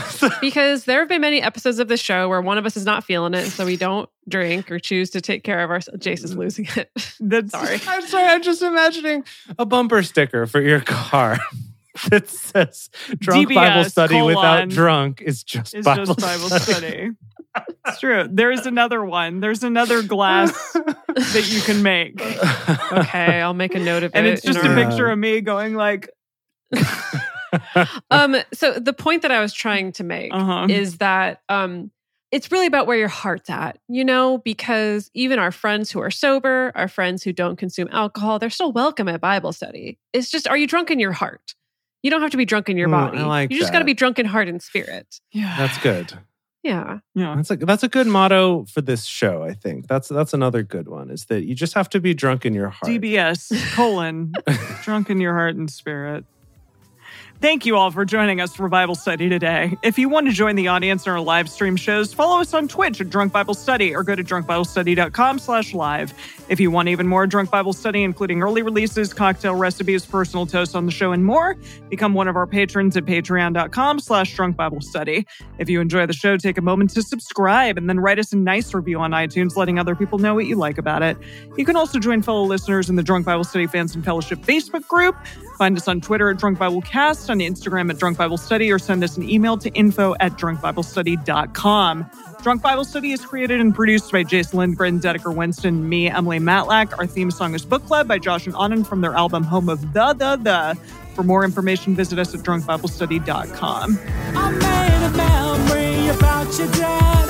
Speaker 4: Because there have been many episodes of the show where one of us is not feeling it, so we don't drink or choose to take care of ourselves. Jason's losing it.
Speaker 2: That's
Speaker 4: Sorry.
Speaker 3: I'm sorry. I'm just imagining a bumper sticker for your car that says "Drunk Bible
Speaker 2: DBS,
Speaker 3: Study
Speaker 2: colon,
Speaker 3: without drunk is just
Speaker 2: It's
Speaker 3: Bible
Speaker 2: just Bible
Speaker 3: study."
Speaker 2: study. it's true. There is another one. There's another glass that you can make.
Speaker 4: Okay, I'll make a note of
Speaker 2: And
Speaker 4: it.
Speaker 2: it's just
Speaker 4: in
Speaker 2: a
Speaker 4: our-
Speaker 3: big-
Speaker 2: picture of me going like,
Speaker 4: um. So the point that I was trying to make
Speaker 2: uh-huh.
Speaker 3: Mm-hmm.
Speaker 4: is that um it's really about where your heart's at, you know, because even our friends who are sober, our friends who don't consume alcohol, they're still welcome at Bible study. It's just, are you drunk in your heart? You don't have to be drunk in your
Speaker 3: Hmm, I
Speaker 4: body.
Speaker 3: like
Speaker 4: you just got to
Speaker 3: that.
Speaker 4: be drunk in heart and spirit.
Speaker 2: yeah.
Speaker 3: That's good.
Speaker 4: Yeah.
Speaker 2: yeah.
Speaker 3: That's a that's a good motto for this show. I think that's that's another good one. Is that you just have to be drunk in your heart.
Speaker 2: DBS colon drunk in your heart and spirit. Thank you all for joining us for Bible study today. If you want to join the audience in our live stream shows, follow us on Twitch at Drunk Bible Study or go to drunkbiblestudy.com slash live. If you want even more Drunk Bible Study, including early releases, cocktail recipes, personal toasts on the show, and more, become one of our patrons at patreon.com slash drunk Bible Study. If you enjoy the show, take a moment to subscribe and then write us a nice review on iTunes, letting other people know what you like about it. You can also join fellow listeners in the Drunk Bible Study Fans and Fellowship Facebook group. Find us on Twitter at Drunk Bible Cast podcast on Instagram at Drunk Bible Study or send us an email to info at drunkbiblestudy.com. Drunk Bible Study is created and produced by Jason Lindgren, Dedeker Winston, me, Emily Matlack. Our theme song is Book Club by Josh and Anand from their album Home of the The The. For more information, visit us at drunkbiblestudy.com.
Speaker 1: I made a memory about your dad.